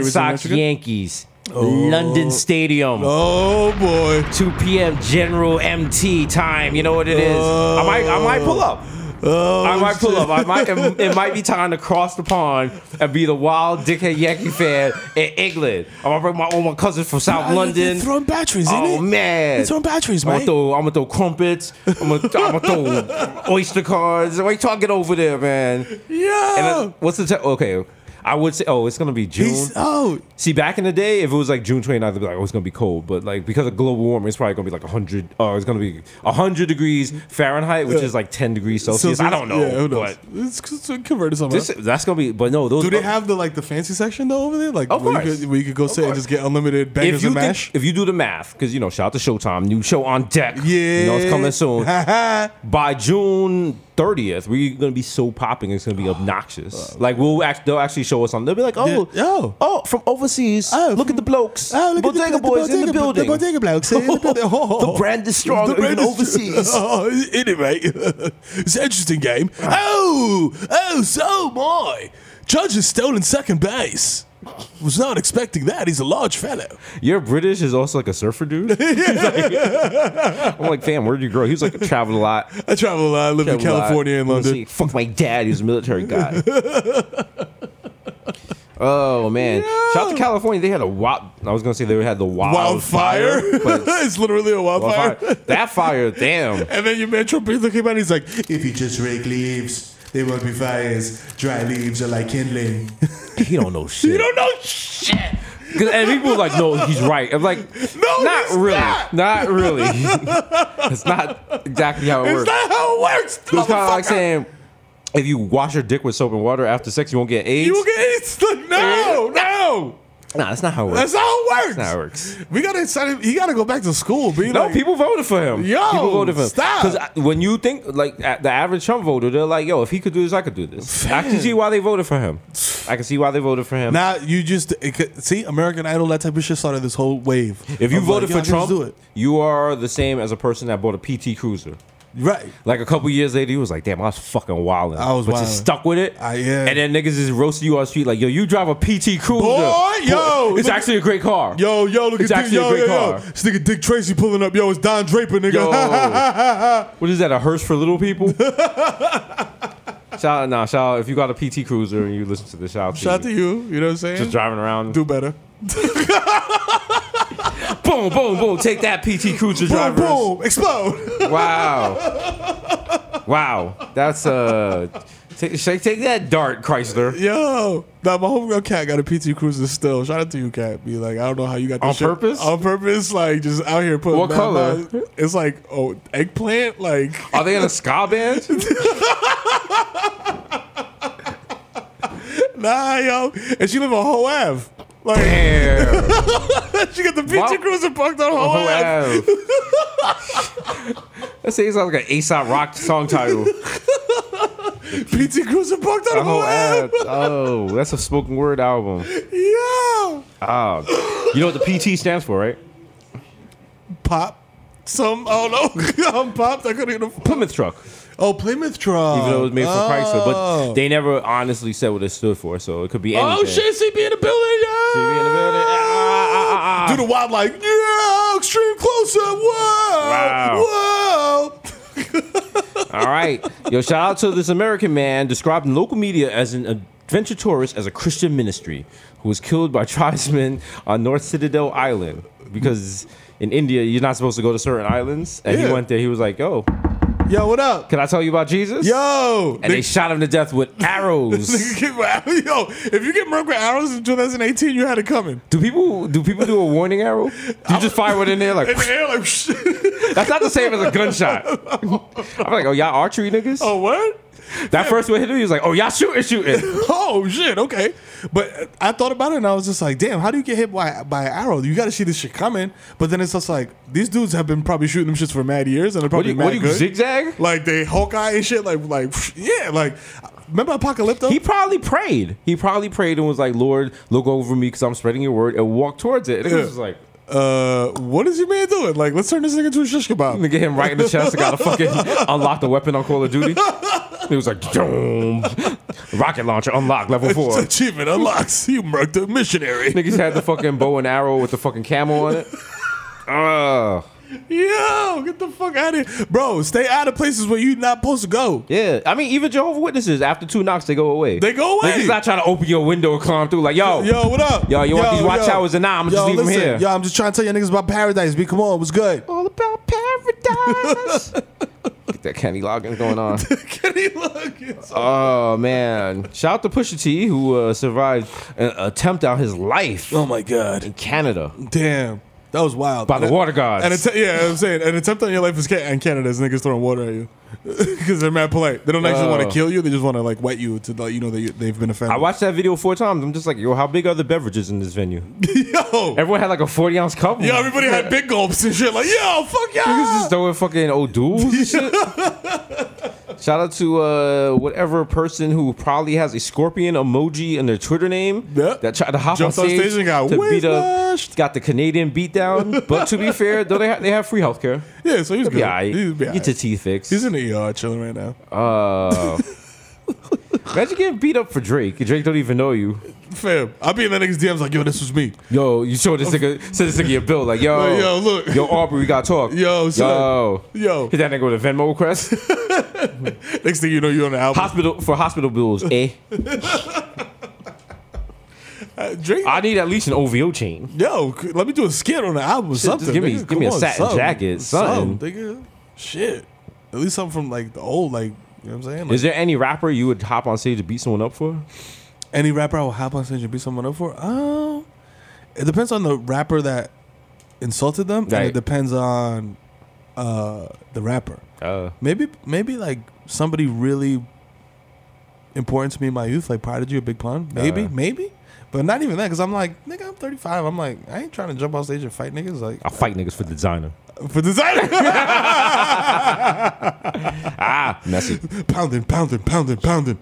Mercury's Hmm. in
Sox
Michigan?
Yankees, London Stadium.
Oh boy.
2 p.m. General MT time. You know what it is. I might, I might pull up.
Oh,
I might pull
shit.
up. I might. It, it might be time to cross the pond and be the wild dickhead Yankee fan in England. I'm gonna bring my all my cousins from South
Nah,
London.
they throwing batteries, isn't
Oh
it?
man, Oh,
They throwing batteries,
I'm gonna
mate.
throw, I'm gonna throw crumpets. I'm gonna, I'm gonna throw oyster cards. What you talking over there, man? And
Yeah.
then- what's the te- okay? I would say, oh, it's gonna be June.
He's oh
See, back in the day, if it was like June 29th, it'd be like, oh, it's gonna be cold. But like because of global warming, it's probably gonna be like 100, or it's gonna be 100 degrees Fahrenheit, which is like 10 degrees Celsius. Oh, I don't know.
Yeah, who knows?
But
It's, it's converted somehow.
this, that's gonna be, but no, those
Do they have the like the fancy section though over there? Like
Of
where you
course.
could, where you could go sit and just get unlimited
if
bangers
you
and
think-
mash.
if you do the math, because you know, shout out to Showtime, new show on deck.
yeah.
you know it's coming soon.
yeah,
By June 30th, we're gonna be so popping, it's gonna be obnoxious. like we'll act, they'll actually show us something. They'll be like, oh,
Oh, Yeah. Oh.
oh, from overseas.
Oh,
look
from-
at the blokes.
Oh, look at the-
bodega
the
boys
bodega-
in the
the
building.
bodega blokes in the building.
the brand is strong even overseas.
Oh, in it, mate. it's an interesting game. Oh, oh, so my. Judge has stolen second base. Was not expecting that. He's a large fellow.
Your British is also like a surfer dude. He's like- I'm like, fam, where'd you grow? He was like, travel a lot.
I travel a lot. I live in
travel a lot.
California and
He was
London.
like, Fuck my dad. He was a military guy. oh man! Shout out to California. They had a wild. I was gonna say they had the
Wildfire.
wildfire. but-
it's literally a wildfire.
wildfire. That fire, damn.
And then your man Trump is looking at he's like, if you just rake leaves, they won't be fires. Dry leaves are like kindling.
He don't know shit.
you don't know shit.
'Cause- and people like, no, he's right. I'm like,
No,
not
he's
really,
not.
not, really. it's not exactly how it
It's
works.
not how it works.
It's kind of like
motherfucker.
saying, if you wash your dick with soap and water after sex, you won't get AIDS.
You will get AIDS. Like, no, no.
nah, that's not how it works.
That's not how it works.
That's not how it works.
We gotta send him, he gotta go back to school. Be
No,
like,
people voted for him.
Yo,
people voted for him.
stop.
Because when you think like at the average Trump voter, they're like, "Yo, if he could do this, I could do this." I can see why they voted for him. I can see why they voted for him.
Now you just it could, see American Idol that type of shit started this whole wave.
if you
of,
voted
like,
for
yeah, let's
Trump,
do it
you are the same as a person that bought a PT Cruiser.
right.
Like a couple years later, he was like, "Damn, I was fucking wilding."
I was
but you
wildin'.
stuck with it.
I am.
And then niggas is roasting you on the street like, "Yo, you drive a PT Cruiser,
Boy, yo,
It's
look-
actually a great car,
Yo, yo, look
It's
at this.
actually a
Yo, yo,
great
yo.
car.
This nigga Dick Tracy pulling up. Yo, it's Don Draper, nigga.
Yo. What is that? A hearse for little people? shout out, nah, shout out. If you got a PT Cruiser and you listen to the shout,
Shout out to you. You know what I'm saying?
Just driving around,
do better.
boom, boom, boom. Take that PT Cruiser
Boom,
drivers.
boom, explode.
Wow, wow. That's uh, take, shake- take that dart, Chrysler.
Yo, now my homegirl cat got a PT Cruiser still. Shout out to you, cat. Be like, I don't know how you got this
On
shit-
purpose?
On purpose, like just out here putting.
What
mad
color?
miles. It's like oh, eggplant. Like
Are they in a ska band?
nah, yo, and she live on Ho Ave. Like
Damn.
she got the PT
Wow.
Cruiser parked on Ho
Oh,
Ave.
wow. that sounds like an ASAP Rock song title.
PT Cruiser parked on Ho
Oh,
Ave.
oh, that's a spoken word album.
Yo,
Oh, you know what the PT stands for, right?
pop. Some I don't know. I'm popped. I couldn't even.
Plymouth Truck.
Oh, Plymouth truck.
Even though it was made for Chrysler,
Oh.
but they never honestly said what it stood for, so it could be anything.
oh shit, CB in the building. Yeah.
See me in the building. Ah, ah, ah,
Do the wild like yeah, extreme close up. Whoa, whoa.
ah. All right, yo, shout out to this American man described in local media as an adventure tourist as a Christian ministry who was killed by tribesmen on North Citadel Island because in India you're not supposed to go to certain islands, and
Yeah.
he went there. He was like, "Yo,
Yo, what up?
can I tell you about Jesus?"
Yo,
and they shot him to death with arrows.
Nigga, get- Yo, if you get murdered with arrows in 2018, you had it coming.
do people do people do a warning arrow? You just fire one in there like.
In the air, like, shit.
That's not the same as a gunshot. I'm like, oh y'all archery niggas.
oh, what?
that first one hit him. He was like, oh y'all shooting, shooting.
Oh, shit, okay. But I thought about it and I was just like, damn, how do you get hit by, by an arrow? You got to see this shit coming. But then it's just like, these dudes have been probably shooting them shits for mad years and they're
What
probably
do you, what
mad
do you
good.
zigzag?
like, they Hawkeye and shit, like, like yeah, like, remember Apocalypto?
He probably prayed. He probably prayed and was like, Lord, look over me because I'm spreading your word and walked towards it. And it
Yeah.
was just like,
uh, what is your man doing? Like, let's turn this nigga into a shish kebab.
nigga hit him right in the chest. I gotta fucking unlock the weapon on Call of Duty. It was like, boom. Rocket launcher unlocked, level four.
Achievement unlocks. You murked a missionary.
Niggas had the fucking bow and arrow with the fucking camel on it. Ugh.
Yo, get the fuck out of here. Bro, stay out of places where you not supposed to go.
Yeah, I mean, even Jehovah Witnesses after two knocks, they go away.
They go away.
Niggas not trying to open your window and climb through. Like, yo,
Yo, what up?
Yo, you want these watch hours or nah? I'ma just
Yo,
leave 'em here.
Yo, I'm just trying to tell you niggas about paradise. B, come on, what's good?
all about paradise. Get that Kenny Loggins going on.
Kenny Loggins.
Oh man! Shout out to Pusha T who uh, survived an attempt out his life
Oh my god.
in Canada
Damn. That was wild.
by the
And-
water gods.
And att- yeah, I'm saying an attempt on your life is ca- and Canada is niggas throwing water at you because they're mad polite. They don't actually
Yo.
want to kill you. They just want to like wet you to let you know that you, they've been offended.
I watched that video four times. I'm just like, yo, how big are the beverages in this venue?
yo,
Everyone had like a 40 ounce cup.
yo, everybody had big gulps and shit. Like yo, fuck y'all.
Niggas just throwing fucking old dudes and shit. Shout out to uh, whatever person who probably has a scorpion emoji in their Twitter name
Yep.
that tried to hop
Jumped
on
on
stage,
stage and got
to beat
whiplashed.
up, got the Canadian beat down. But to be fair, though they ha- they have free healthcare.
yeah, so he's good.
Be alright.
He's, be
Get your
alright.
teeth fixed.
he's in the ER chilling right now.
Uh, imagine getting beat up for Drake. Drake don't even know you.
Fam, I'll be in that nigga's DMs like, yo, this was me.
Yo, you show this nigga, send this nigga your bill. Like, yo,
Like, yo, look.
yo, Aubrey, we gotta talk.
Yo, son.
yo,
Yo.
hit that nigga with a Venmo request.
Next thing you know, you're on the album.
hospital for hospital bills, eh?
Uh, Drake,
I need at least an OVO chain.
yo, c- let me do a skit on the album or something.
just give me-
nigga.
give
Come
me a
on,
satin jacket,
nigga. Shit. At least something from like the old, like, you know what I'm saying? Like,
Is there any rapper you would hop on stage to beat someone up for?
any rapper I will hop on stage and beat someone up for? Um, it depends on the rapper that insulted them, and
Right.
it depends on uh, the rapper.
Uh,
Maybe, maybe like somebody really important to me in my youth, like Prodigy or Big Pun. Maybe,
Uh.
maybe. But not even that, because I'm like, nigga, I'm 35. I'm like, I ain't trying to jump on stage and fight niggas. Like, uh,
I fight niggas for designer.
for designer.
Ah, messy.
pounding, pounding, pounding, pounding.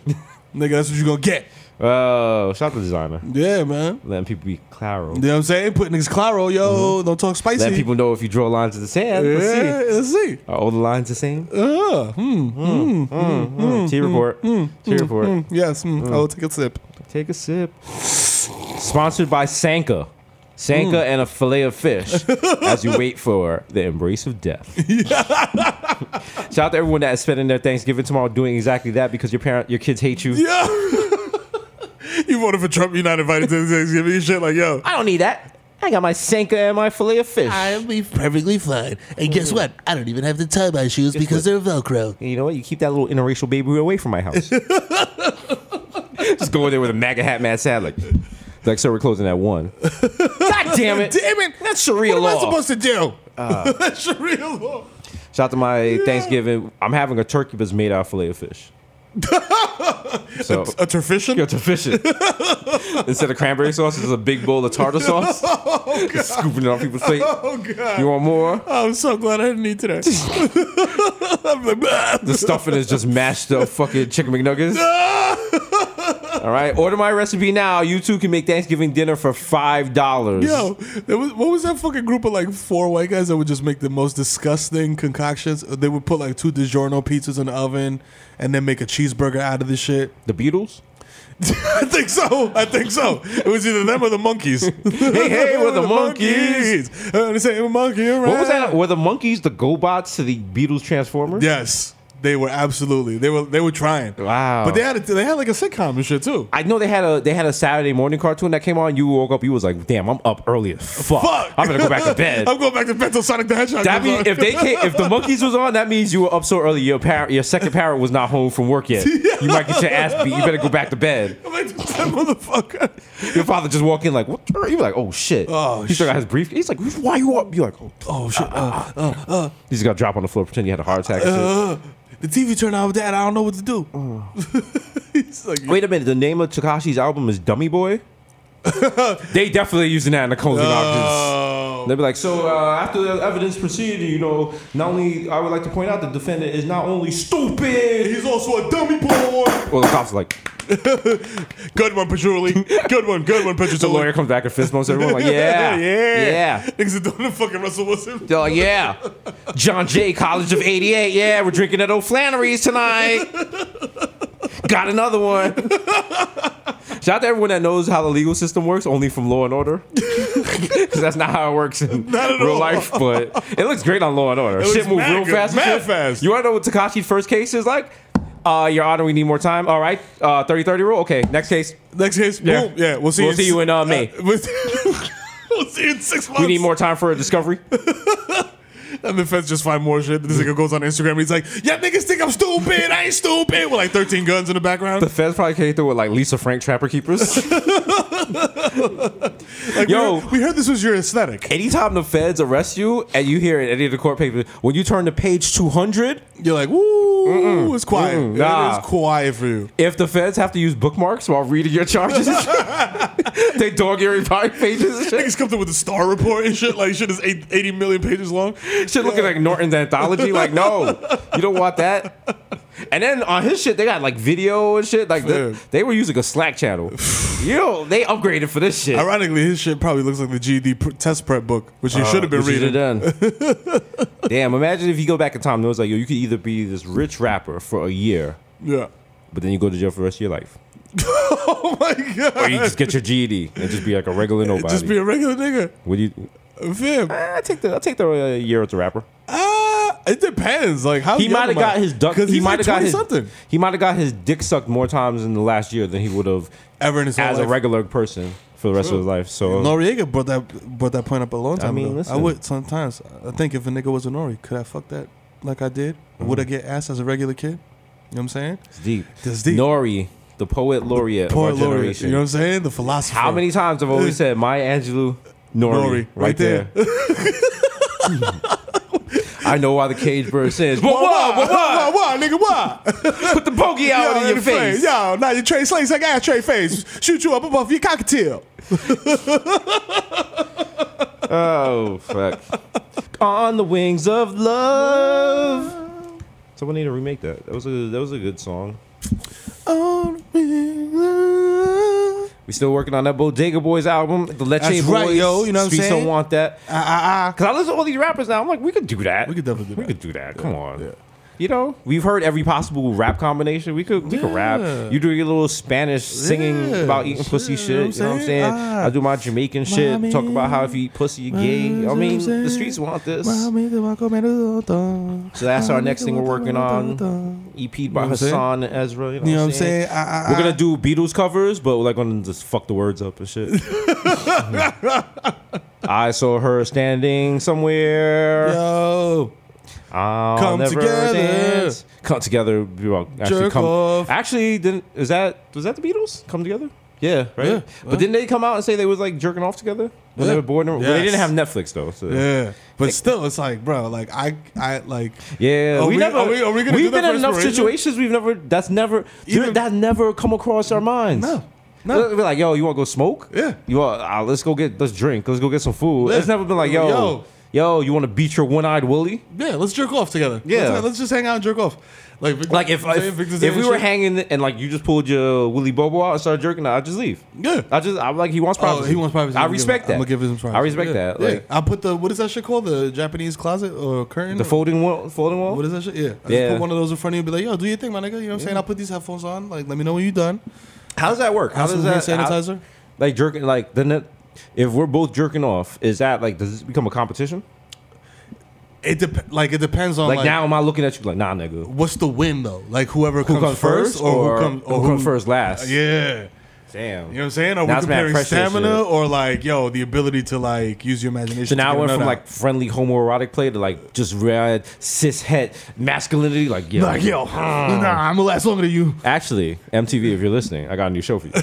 nigga, that's what you gonna get.
Oh, shout out to designer.
Yeah, man.
Letting people be claro.
You know what I'm saying? Put niggas claro, yo, don't talk spicy.
Mm-hmm. Let people know if you draw lines in the sand.
yeah,
Let's see.
let's see.
Are all the lines the same? hmm.
Uh, hmm,
Tea report. Tea report.
yes, hmm,
Mm.
I will take a sip.
Take a sip. Sponsored by Sanka. Sanka
Hmm.
and a fillet of fish as you wait for the embrace of death. Shout out to everyone that is spending their Thanksgiving tomorrow doing exactly that because your parent, your kids hate you.
Yeah. you voted for Trump, you're not invited to the Thanksgiving and shit. Like, yo.
I don't need that. I got my Sanka and my fillet of fish.
be perfectly fine. And guess what? I don't even have to tie my shoes because they're Velcro.
And you know what? You keep that little interracial baby away from my house. Just go in there with a MAGA hat, mad sad, like, like, sir, we're closing at one. God damn it!
Damn it.
That's
What
Sharia
am I
law. Uh.
supposed to do? That's Sharia law.
Shout out to my Thanksgiving. I'm having a turkey, but it's made out of fillet of fish. so
A turfishian?
Yo, to fish it. Instead of cranberry sauce, it's a big bowl of tartar sauce. Just scooping it off people's plate.
Oh, God.
You want more?
I'm so glad I didn't eat today. I'm like, "Ah."
The stuffing is just mashed up fucking chicken McNuggets. All right, order my recipe now. You too can make Thanksgiving dinner for five dollars.
Yo, there was, what was that fucking group of like four white guys that would just make the most disgusting concoctions? They would put like two DiGiorno pizzas in the oven and then make a cheeseburger out of the shit.
The Beatles?
I think so. I think so. It was either them or the monkeys. hey,
hey, we're the monkeys.
I'm the same monkey around.
What was that? Were the monkeys the GoBots to the Beatles Transformers?
Yes, they were absolutely. They were they were trying.
Wow.
But they had a, they had like a sitcom and shit too.
I know they had a they had a Saturday morning cartoon that came on. You woke up, you was like, "Damn, I'm up early as fuck.
Fuck.
I'm gonna go back to bed."
I'm going back to bed till Sonic the Hedgehog.
That
comes
means
on.
if they can't, if the monkeys was on, that means you were up so early. Your parent, your second parent was not home from work yet. You might get your ass beat. You better go back to bed.
I'm like, that motherfucker.
Your father just walked in like, what? You were like, oh shit.
Oh,
he still got his brief. He's like, why you up? You're like, oh.
Oh shit. Uh, uh,
He's got to drop on the floor, pretend you had a heart attack. and shit.
uh, the TV turned on, Dad. I don't know what to do.
Uh.
He's like,
Wait a minute. The name of Takashi's album is Dummy Boy. they definitely using that in the closing arguments.
oh.
They'd be like, so uh, after the evidence proceeded, you know, not only I would like to point out the defendant is not only stupid.
He's also a dummy boy.
Well, the cops are like,
good one, Patchouli. Good one. Good one, Patchouli.
the lawyer comes back and fist bumps everyone. Like, yeah,
yeah,
yeah.
Niggas are doing the fucking Russell Wilson.
They're like, Oh, yeah, John Jay, College of '88. Yeah, we're drinking at O'Flannery's tonight. Got another one. Shout out to everyone that knows how the legal system works, only from Law and Order, because that's not how it works in
Not at
real
all.
life. But it looks great on Law and Order.
looks
Shit moves
mad
real
good,
fast. and
mad
shit.
fast.
You want to know what Takashi's first case is like? Uh, Your Honor, we need more time. All right, uh, 30-30 rule. Okay, next case.
Next case,
Yeah.
boom. Yeah, we'll see.
We'll see you in, uh, May.
we'll see we'll see you in six months.
We need more time for a discovery.
And the feds just find more shit. This nigga goes on Instagram. He's like, "Yeah, niggas think I'm stupid. I ain't stupid." With like 13 guns in the background.
The feds probably came through with like Lisa Frank Trapper Keepers.
Like,
Yo.
we heard, we heard this was your aesthetic.
anytime the feds arrest you and you hear in any of the court papers, when you turn to page 200,
You're like, "Woo, it's quiet.
Mm-mm. Nah.
It is quiet for you."
if the feds have to use bookmarks while reading your charges, they dog your entire pages and shit.
Niggas come through with a star report and shit. Like shit is eight, 80 million pages long.
Shit looking like Norton's anthology. Like, no, you don't want that. And then on his shit, they got like video and shit. Like, the-
Yeah.
they were using a Slack channel. Yo, they upgraded for this shit.
Ironically, his shit probably looks like the GED pr- test prep book, which he should have been
Uh, Which you
reading.
should've done. Damn, imagine if you go back in time and it was like, yo, you could either be this rich rapper for a year,
Yeah.
but then you go to jail for the rest of your life.
Oh my god.
Or you just get your GED and just be like a regular nobody.
Just be a regular nigga.
Would you? eh,
Fib.
I take the I take the uh, year as a rapper.
Uh, it depends. Like how
He
young
might have
am I?
got his duck.
'Cause
He
he's
might
like
have got his
20-something.
He might have got his dick sucked more times in the last year than he would have
ever in his whole
as a
life.
regular person for the rest of his life. So
Noriega brought that brought that point up a long time
mean,
ago.
listen.
I would sometimes. I think if a nigga was a Nori, could I fuck that like I did? Would I get ass as a regular kid? You know what I'm saying?
Mm-hmm. it's deep.
It's deep.
Nori, the poet laureate
Poet
of our
laureate.
generation.
You know what I'm saying? The philosopher.
How many times I've always said Maya Angelou,
Nori,
Nori, right,
right
there.
there.
I know why the cage bird says, "What? What?
Why?
What?
Why?
What?
Why? Nigga, why?
Put the bogey
Yo,
out in your
the
face."
Yo, now you Trey Slate like ass Trey face. Shoot you up above your cockatiel.
Oh fuck! On the wings of love. Someone need to remake that. That was a that was a good song. We still working on that Bodega Boys album, the Leche
That's
Boys.
right, yo, you know what I'm
Streets
saying?
don't want that.
Ah, ah, ah.
Cause I listen to all these rappers now. I'm like, we could do that.
We could definitely do
We
that.
could do that. Come on. You know, we've heard every possible rap combination. We could, we could rap. You do your little Spanish singing
Yeah.
about eating pussy
Sure,
shit. You know what I'm saying?
Ah.
I do my Jamaican shit.
Mommy.
Talk about how if you eat pussy, you're gay. I
Mommy,
mean,
what I'm
the
saying?
streets want this.
So
So that's our next thing we're working on. EP by
what I'm saying?
Hassan and Ezra. You know,
You know what I'm saying? Ah, ah,
We're
ah.
gonna do Beatles covers, but we're like gonna just fuck the words up and shit. I saw her standing somewhere.
Yo.
I'll
Come
never
together.
dance. Come together. we all actually,
Jerk
come.
off.
Actually, didn't is that was that the Beatles? Come together. Yeah, right.
Yeah.
But didn't they come out and say they was like jerking off together when they
Yeah.
were born? Well, They
Yes.
didn't have Netflix though. So.
Yeah. But still, it's like, bro, like, I, I, like,
Yeah,
Are
we,
we-
never.
are we- are we gonna
have
do that
been in
for
enough
inspiration?
situations. We've never. That's never.
Even-
that never come across our minds.
No, no.
We're like, yo, you want to go smoke?
Yeah.
You want? Uh, let's go get. Let's drink. Let's go get some food.
Yeah.
It's never been like, yo, yo,
Yo.
you want to beat your one-eyed Willie?
yeah, let's jerk off together.
Yeah.
Let's, let's just hang out and jerk off. Like, Vic-
Like if
Victor's
if,
Victor's
if we
and
were
shit.
hanging and like you just pulled your Willie Bobo out and started jerking, I just leave.
Yeah.
I just I'm like he wants
Oh,
privacy.
he wants privacy.
I
I'm gonna give
respect
him-
that.
I'm gonna give him privacy.
I respect
Yeah.
that.
Yeah.
Like
I'll put the what is that shit called? The Japanese closet or curtain?
the folding wall, folding wall.
What is that shit? Yeah. I
Yeah.
just put one of those in front of you and be like, yo, do your thing, my nigga. You know what I'm saying? I'll put these headphones on. Like, let me know when you're done.
How does that work? How
Have
does
some
that
hand
how-
sanitizer?
like jerking? Like then, that, if we're both jerking off, is that like does this become a competition?
It dep- like it depends on
Like,
like,
now, am I looking at you like nah, nigga?
what's the win though? Like whoever comes,
comes
first,
first
or,
or
who comes
who comes first last?
Yeah.
Damn.
You know what I'm saying? Are we
Now it's mad
comparing
pressure and
stamina
shit.
or like, yo, the ability to like use your imagination?
So
to
now I
get
went
a
from
nut
like
out?
friendly homoerotic play to like just red cis het masculinity. Like yeah,
like, yo, nah, I'm gonna last longer than you.
Actually, MTV, if you're listening, I got a new show for you.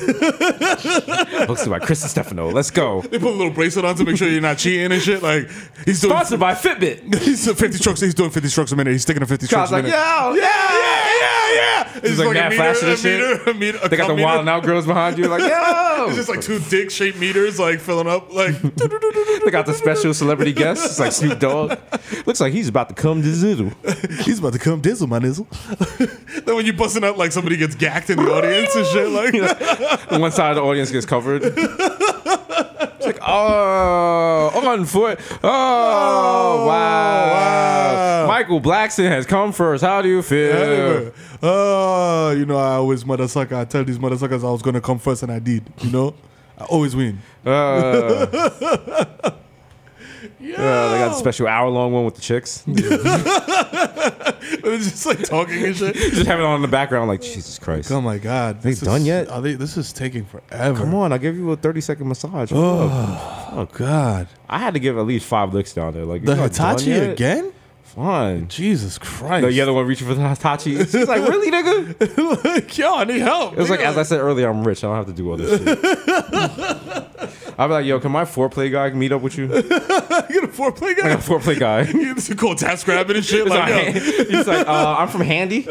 Hosted by Chris and Stefano. Let's go.
They put a little bracelet on to make sure you're not cheating and shit. Like he's doing
Sponsored by Fitbit.
he's doing 50 strokes. He's doing 50 strokes a minute. He's sticking to 50
God's
strokes a
like, yo,
minute.
yeah, yeah, yeah, yeah.
It's
like
like a
mad
meter,
flashing
a
and shit.
meter, a meter, a
They got the
cum meter.
wild and out girls behind you, like, yo.
It's just like two dick shaped meters, like filling up, like
They got the special celebrity guests. It's like Snoop Dogg. Looks like he's about to come to Zizzle.
he's about to come dizzle my nizzle. then when you busting up, like somebody gets gacked in the audience and shit, like
And one side of the audience gets covered. It's like, oh, on foot. Oh, wow.
wow.
Michael Blackson has come first. How do you feel?
Anyway, Oh, you know, I always mother sucker. I tell these mother suckers I was gonna come first, and I did. You know, I always win.
Uh, yeah, Uh, they got the special hour long one with the chicks.
It's just like talking and shit.
Just have it on in the background, like Jesus Christ.
Oh my god,
They
this is-
done yet?
Are they, this is taking forever.
Come on, I'll give you a 30 second massage.
Oh god,
I had to give at least five licks down there. Like
the
you're not done
Hitachi
yet?
again?
Fine.
Jesus Christ!
The other one reaching for the Hitachi. She's like, really, nigga? It
like, yo, I need help.
was like,
nigga.
as I said earlier, I'm rich. I don't have to do all this shit. I'd be like, yo, can my foreplay guy meet up with you? Like
get a foreplay guy.
a foreplay guy.
This is called task grabbing and shit.
It's
Like,
like,
yo,
he's like, uh, I'm from Handy.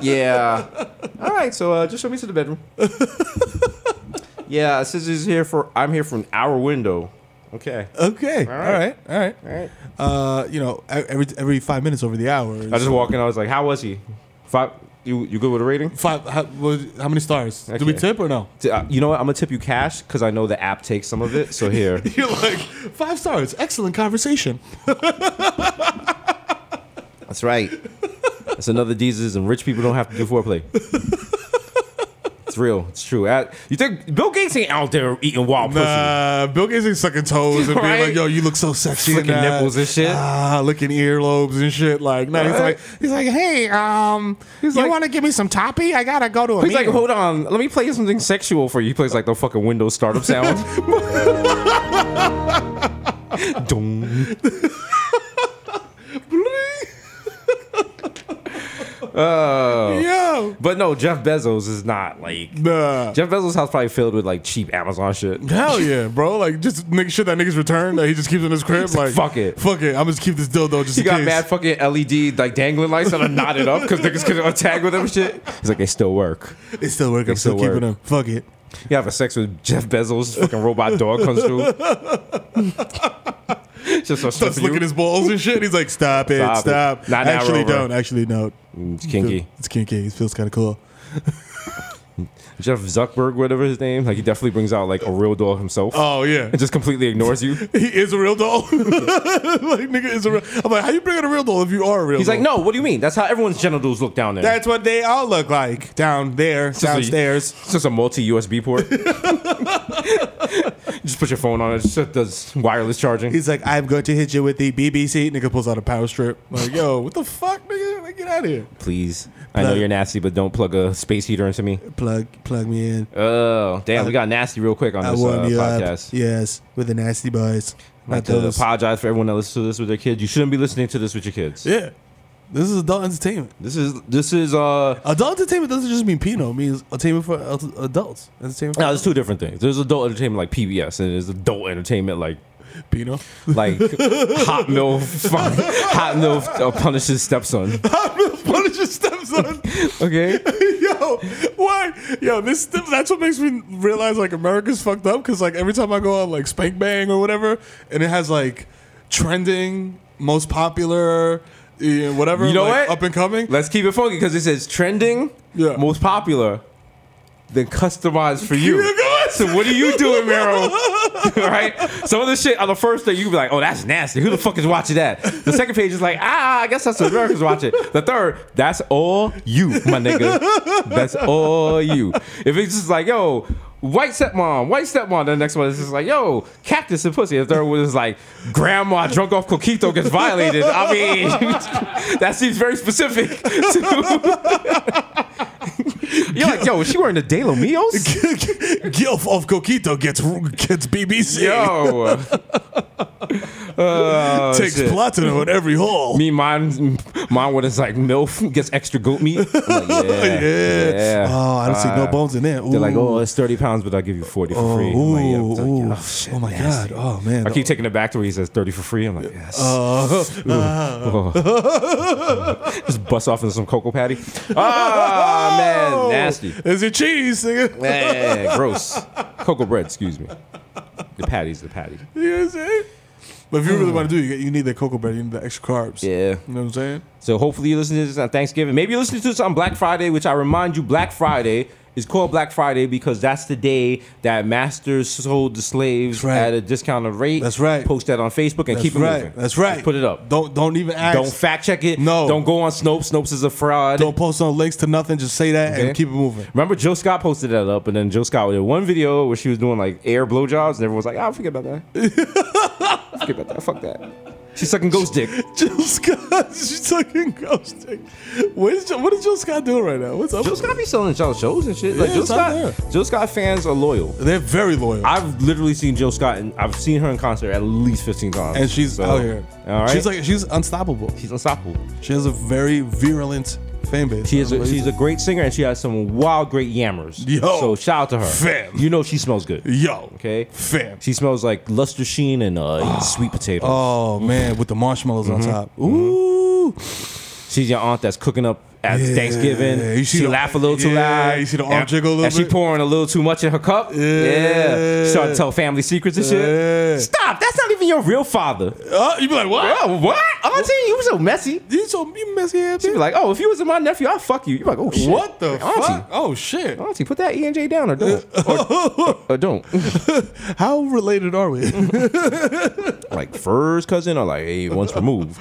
yeah. All right, so uh, just show me to the bedroom. yeah, uh, since he's here for, I'm here from our window. Okay.
okay, all right, all right.
All right.
Uh, you know, e- every every five minutes over the hour.
I just walk in. I was like, how was he? Five. You you good with a rating?
five. How, what, how many stars? Do we
Okay.
tip or no?
T- uh, You know what? I'm gonna tip you cash because I know the app takes some of it. So here,
You're like five stars. Excellent conversation.
that's right. That's another Jesus, and rich people don't have to do foreplay. It's real. It's true. Uh, You think Bill Gates ain't out there eating wild pussy?
Nah, Bill Gates ain't sucking toes and being
Right?
like, "Yo, you look so sexy."
Flicking
and that.
nipples and shit.
Ah, licking earlobes and shit. Like, no, he's like, he's like, "Hey, um, you
like-
want to give me some toppy? I gotta go to a
He's like,
meeting."
hold on, let me play something sexual for you. He plays like the fucking Windows startup sound. Dong. Oh.
Yo, know.
But no, Jeff Bezos is not like
Nah.
Jeff Bezos' house probably filled with like cheap Amazon shit.
Hell yeah, bro! Like just make sure that niggas return. That he just keeps in his crib. Like
fuck it.
fuck it. I'm just keep this dildo just
He
in
got
case.
mad fucking LED like dangling lights that are knotted up because niggas couldn't tag with them and shit. He's like, they still work.
It still working. I'm
It
still
still
keeping them.
work.
Fuck it.
You have a sex with Jeff Bezos, fucking robot dog comes through. Just so
Starts looking at his balls and shit. He's like, stop it,
Stop
stop.
it. Not now,
actually,
Rover.
don't. Actually, no.
Mm, It's kinky.
It's kinky. It feels kind of cool.
Jeff Zuckerberg, whatever his name, like he definitely brings out like a real dog himself.
Oh yeah.
and just completely ignores you.
He is a real doll. like nigga is a real. I'm like, how you bring in a real doll if you are a real?
He's
doll?
like, no, what do you mean? That's how everyone's genitals look down there.
That's what they all look like down there,
a-
downstairs.
It's just a multi USB port. just put your phone on it. It just does wireless charging.
He's like, I'm going to hit you with the BBC. Nigga pulls out a power strip. Like, yo, what the fuck, nigga? Like, get out of here.
Please, I know you're nasty, but don't plug a space heater into me.
Plug, plug me in.
Oh, damn, we got nasty real quick on
I
this uh,
warm you
podcast.
up. Yes, with the nasty boys.
I
Not
have to
those.
apologize for everyone that listens to this with their kids. You shouldn't be listening to this with your kids.
Yeah, this is adult entertainment.
This is this is uh.
Adult entertainment doesn't just mean Pino. It means entertainment for ad- adults. Entertainment for
No, there's two different things. There's adult entertainment like PBS, and there's adult entertainment like
Pino.
like hot milf, hot milf uh, punishes stepson.
Punish your stepson.
Okay,
Yo, why? Yo, this that's what makes me realize like America's fucked up because like every time I go on like Spank Bang or whatever, and it has like trending, most popular, yeah, whatever,
You know
like,
what?
up and coming.
let's keep it funky because it says trending,
Yeah.
most popular, then customized for you. So what are you doing, Meryl? All right. Some of the shit on the first thing you be like, "Oh, that's nasty. Who the fuck is watching that?" The second page is like, "Ah, I guess that's what Americans watching." The third, that's all you, my nigga. That's all you. If it's just like, "Yo, white stepmom, white stepmom," the next one is just like, "Yo, cactus and pussy." The third one is like, "Grandma drunk off coquito gets violated." I mean, that seems very specific. to- You're like, "Yo, is she wearing the De Los Mios?"
Gilf of Coquito gets gets BBC.
Yo. Oh,
takes
shit.
platinum at every hole.
Me, mine, mine. What is like milf gets extra goat meat. I'm like, yeah,
Yeah.
yeah.
Oh, I don't see no
Uh,
bones in there.
They're like,
Ooh.
oh, it's thirty pounds, but I'll give you forty for
Oh,
free. I'm like, yeah. It's like,
ooh,
yeah.
ooh. oh my god! Uh, Oh man! Oh.
I keep taking it back to where he says thirty for free. I'm like, yes.
uh.
Ooh. Just bust off into some cocoa patty. Ah, man, nasty.
Is it cheese? Nigga?
Man, gross. Cocoa bread, excuse me. The patty's the patty.
You know what I'm saying? But if you really want to do it, you- you need the cocoa bread. You need the extra carbs.
Yeah.
You know what I'm saying?
So hopefully you listen to this on Thanksgiving. Maybe you listen to this on Black Friday, which I remind you, Black Friday is called Black Friday because that's the day that masters sold the slaves
That's right.
at a discounted rate.
That's right.
Post that on Facebook and
That's
keep it
right.
moving.
That's right.
Just put it up. Don't,
Don't don't even ask.
fact check it.
No.
Don't go on Snopes. Snopes is a fraud.
Don't post no links to nothing. Just say that
Okay.
and keep it moving.
Remember Joe Scott posted that up, and then Joe Scott did one video where she was doing like air blowjobs, and everyone was like, "Ah, forget about that. forget about that. Fuck that." She's sucking ghost dick.
Jill Scott, she's fucking ghosting. What is Jill, what is Jill Scott doing right now? What's up?
Joe Scott be selling each other shows and shit. Like
Yeah,
Joe
it's out
Scott, Joe Scott fans are loyal.
They're very loyal.
I've literally seen Jill Scott, and I've seen her in concert at least 15 times.
and she's
So,
out here.
All right.
She's like she's unstoppable.
she's unstoppable.
She has a very virulent fan base.
She is a,
That's
she's a great singer, and she has some wild, great yammers.
Yo,
so shout out to her.
fam.
You know she smells good.
yo.
Okay.
Fam. Ah.
She smells like Luster Sheen and uh, sweet potatoes.
Oh man, with the marshmallows
Mm-hmm.
on top. Ooh.
She's your aunt that's cooking up at
Yeah,
Thanksgiving.
you see
she
the-
laugh a little too
yeah,
loud.
you see the arm
and,
jiggle a little
and she
bit.
pouring a little too much in her cup. Yeah. She Start to tell family secrets and shit.
Yeah.
Stop. That's not even your real father.
Oh, you be like, what?
Oh, what? Auntie, you so messy.
You so you messy ass.
She'd be
bitch.
like, oh, if you was my nephew, I'd fuck you. You're like, oh, shit.
What the
Auntie.
fuck? Oh shit.
Auntie, put that E and J down or don't. Or, or don't.
How related are we?
Mm-hmm. Like, first cousin or like, hey, once removed.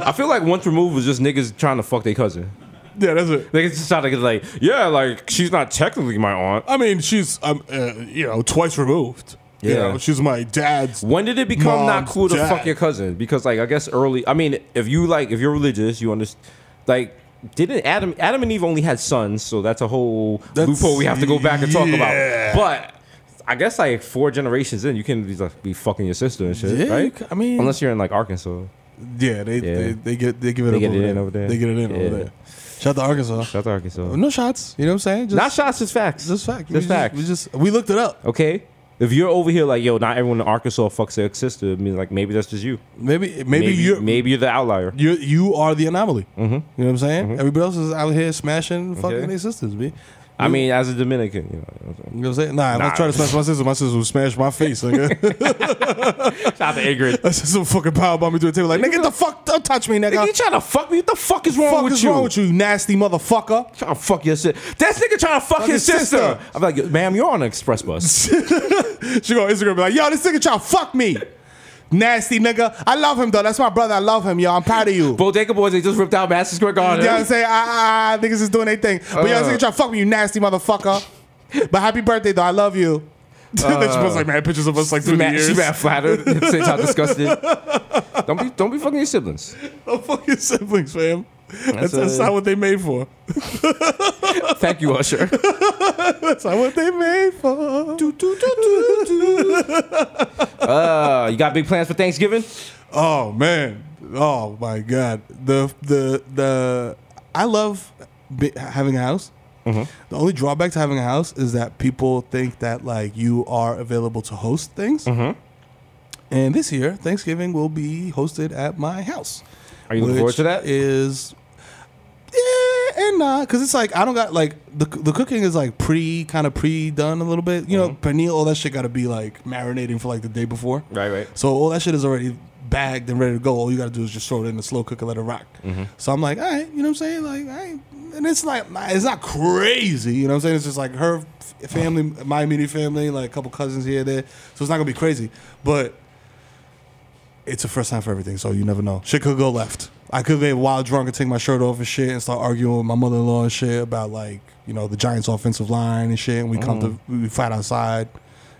I feel like once removed was just niggas trying to fuck their cousin.
Yeah, that's it.
Niggas just trying to get like, yeah, like, she's not technically my aunt.
I mean, she's um, uh, you know twice removed. You
Yeah.
know, she's my dad's.
When did it become
Mom,
not cool to
dad.
fuck your cousin? Because like I guess early. I mean, if you like, if you're religious, you understand. Like, didn't Adam Adam and Eve only had sons? So that's a whole
That's-
loophole we have to go back and talk
yeah.
about. But I guess like four generations in, you can be, like, be fucking your sister and shit,
Yeah,
right?
I mean-
unless you're in like Arkansas,
Yeah, they,
Yeah.
They, they get they give it
they
up
get
over
it
there.
in over there.
They get it in
Yeah.
over there. Shout out to Arkansas.
Shout out to Arkansas.
No shots. You know what I'm saying? Just,
Not shots, just facts.
Just fact.
Just
we
facts.
Just, we just we looked it up.
okay. If you're over here like, yo, not everyone in Arkansas fucks their sister, I mean, like, maybe that's just you.
Maybe maybe, you're
maybe you're the outlier.
you you are the anomaly. Mm-hmm. You know what I'm saying? Everybody else is out here smashing fucking
Okay.
their sisters, B.
I mean, as a Dominican, you know. you know what I'm saying?
You know what I'm saying? Nah, I'm
Nah.
not trying to smash my sister. My sister will smash my face. Nigga.
Shout out to Ingrid.
my sister will fucking power bomb me to the table. Like, nigga, get the fuck, don't touch me, nigga.
you trying to fuck me? What the fuck is wrong
fuck
with
is
you?
wrong with you, you nasty motherfucker?
Trying to fuck your sister. That nigga trying to fuck, his
his
sister.
sister.
I'm like, ma'am, you're on an express bus.
She go on Instagram and be like, yo, this nigga trying to fuck me. Nasty nigga. I love him though. That's my brother. I love him, yo. I'm proud of you.
Bodega boys, they just ripped out Madison Square
You
Garden.
know what I'm saying? Ah, ah, ah, niggas is doing their thing. But
Uh.
yo, this nigga trying to fuck me, you nasty motherfucker. But happy birthday though. I love you. then she posts like mad pictures of us like
She
through the
mad, she
years.
mad flattered. Since how disgusted. Don't be, don't be fucking your siblings.
Don't fuck your siblings, fam. That's,
a-
that's not what they made for.
Thank you, Usher.
That's not what they made for.
Uh, you got big plans for Thanksgiving?
Oh man. Oh my god. The the the I love bi- having a house.
Mm-hmm.
The only drawback to having a house is that people think that like you are available to host things.
Mm-hmm.
And this year, Thanksgiving will be hosted at my house.
Are you looking
which
forward to that?
Is yeah and nah, cause it's like I don't got like the the cooking is like pre kind of pre done a little bit. You
Mm-hmm.
know, pernil, all that shit got to be like marinating for like the day before.
Right, right.
So all that shit is already bagged and ready to go. All you got to do is just throw it in the slow cooker, let it rock.
Mm-hmm.
So I'm like, all right, you know what I'm saying? Like, I ain't- and it's like it's not crazy. You know what I'm saying? It's just like her f- family, my immediate family, like a couple cousins here there. So it's not gonna be crazy, but it's the first time for everything, so you never know. Shit could go left. I could get wild drunk and take my shirt off and shit and start arguing with my mother in law and shit about like, you know, the Giants offensive line and shit and we come to we fight outside.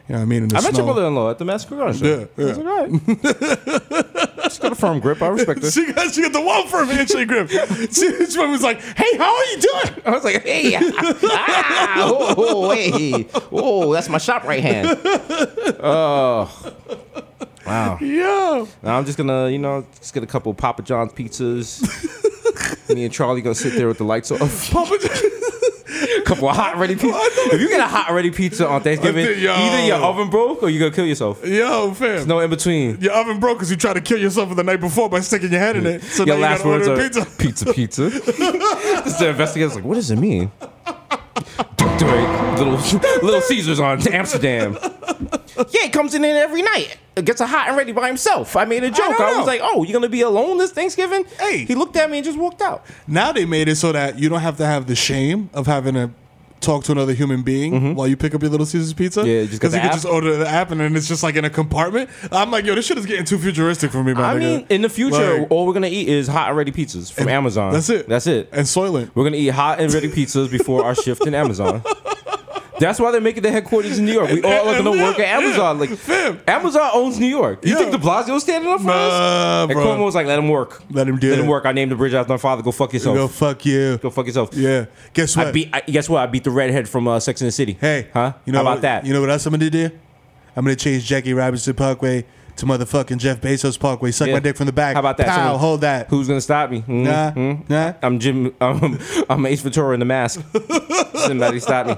You know what I mean? In the
Mm-hmm. I met
snow.
your mother-in-law at the Madison Square Garden show.
Yeah, yeah.
I was like, all right. She's got a firm grip. I respect her.
She got, she got the one firm handshake grip. She, she was like, hey, how are you doing?
I was like, hey, ah, oh, oh, hey, oh, that's my shop right hand. Oh, wow.
Yeah.
Now I'm just gonna, you know, just get a couple Papa John's pizzas. Me and Charlie gonna sit there with the lights off. Papa Couple of hot ready pizza. If you get a hot ready pizza on Thanksgiving,
think- yo.
either your oven broke or you gonna kill yourself.
Yo, fam.
No in between.
Your oven broke because you tried to kill yourself the night before by sticking your head in it. So
Your
now
last
you gotta
words
order
are
a pizza.
pizza, pizza. This the investigator's like, what does it mean? Duke Drake, little Little Caesars on to Amsterdam. Yeah, he comes in there every night. Gets a hot and ready by himself. I made a joke. I, was like, "Oh, you're gonna be alone this Thanksgiving?"
Hey.
he looked at me and just walked out.
Now they made it so that you don't have to have the shame of having to talk to another human being while you pick up your Little Caesars pizza.
Mm-hmm. Yeah, you just got
because
the
you can
app.
just order the app and then it's just like in a compartment. I'm like, yo, this shit is getting too futuristic for me, my
I
nigga.
mean, in the future,
Like,
all we're gonna eat is hot and ready pizzas from Amazon.
that's it.
That's it.
and Soylent.
We're gonna eat hot and ready pizzas before our shift in Amazon. That's why they're making the headquarters in New York. We all are gonna work at Amazon. Like Amazon owns New York. You
Yeah.
think De Blasio's standing up for
Nah,
us? And
bro.
Cuomo was like, "Let him work.
Let him do
Let
it.
him work. I named the bridge after my father. Go fuck yourself.
Go
Go,
fuck you.
fuck yourself."
Yeah. Guess what?
I beat. I, guess what? I beat the redhead from uh, Sex and the City.
Hey,
huh?
You know
How
what-
about that?
You know what else I'm gonna do? I'm gonna change Jackie Robinson Parkway to motherfucking Jeff Bezos Parkway. Suck
Yeah.
my dick from the back.
How about that?
Pow,
Someone-
hold that.
Who's gonna stop me? Mm,
Nah,
mm.
nah.
I'm Jim. Um, I'm Ace Ventura in the mask. Somebody stop me.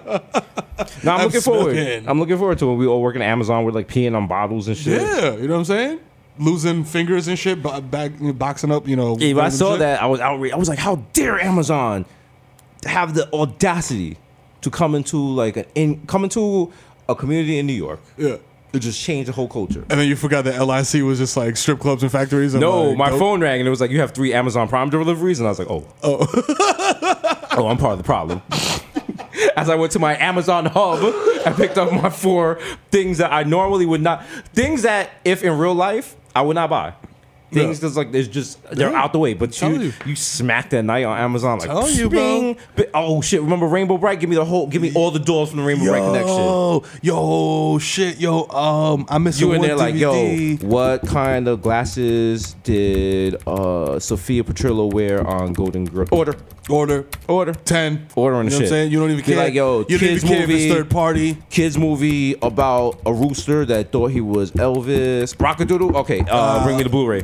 No, I'm,
I'm
looking forward.
smoking.
I'm looking forward to when we all work in Amazon. We're like peeing on bottles and shit.
Yeah, you know what I'm saying? Losing fingers and shit, bo- back, boxing up, you know.
Yeah, when I
ribs and
saw
shit.
that, I was outraged. I was like, "How dare Amazon have the audacity to come into like an in, come into a community in New York
Yeah.
to just change the whole culture?"
And then you forgot that LIC was just like strip clubs and factories. and,
No,
like,
my
dope.
phone rang and it was like, "You have three Amazon Prime deliveries," and I was like, "Oh, oh, oh, I'm part of the problem." As I went to my Amazon hub, I picked up my four things that I normally would not things that if in real life I would not buy. Things that's like it's just they're
Yeah.
out the way, but you,
telling
you
you.
smack that night on Amazon like
telling you, bro.
bing, bi- oh shit! Remember Rainbow Bright? Give me the whole, give me all the doors from the Rainbow Bright connection.
Yo, yo, shit, yo, um, I missed
You
one
in there like,
DVD.
yo, what kind of glasses did uh, Sophia Petrillo wear on Golden Girl? Order,
order,
order.
ten,
Ordering
You know what
shit.
I'm saying? You don't even
Be
care.
like, yo,
you don't
kids
even care if
movie.
it's third party.
Kids movie about a
Uh,
rooster that thought he was Elvis. Rockadoodle. Okay, uh, bring me the Blu-ray.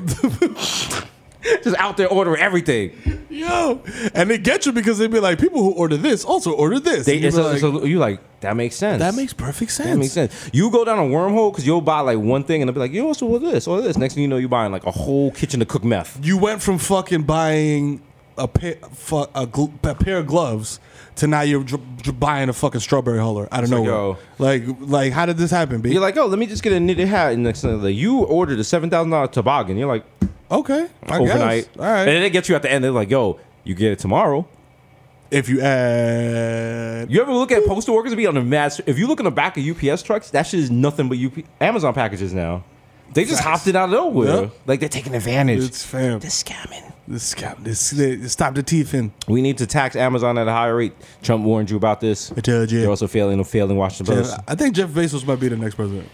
Just out there ordering everything.
Yo, and they get you because they be like, people who order this also order this.
They,
And you
it's
be
a-
like,
it's a- you like that makes sense.
that makes perfect sense.
That makes sense. You go down a wormhole because you'll buy like one thing and they'll be like, you also order this or this. Next thing you know, you're buying like a whole kitchen to cook meth.
You went from fucking buying a pair, fu- a, gl- a pair of gloves to now you're dr- dr- buying a fucking strawberry holler out of
like,
nowhere.
yo.
Like, like, how did this happen, B?
You're like, oh, let me just get a knitted hat. And next thing like, you ordered a seven thousand dollar toboggan. You're like,
okay, I
overnight.
guess. All right.
And then they get you at the end. They're like, yo, you get it tomorrow.
if you add
You ever look at postal workers and be on the mass? If you look in the back of UPS trucks, that shit is nothing but UP, Amazon packages now. They just hopped it out of nowhere.
Yeah.
Like they're taking advantage.
It's fam. This scamming. This scam. This, this stop the thiefing.
we need to tax Amazon at a higher rate. Trump warned you about this.
I told you.
They're also failing to failing Washington Post.
I think Jeff Bezos might be the next president.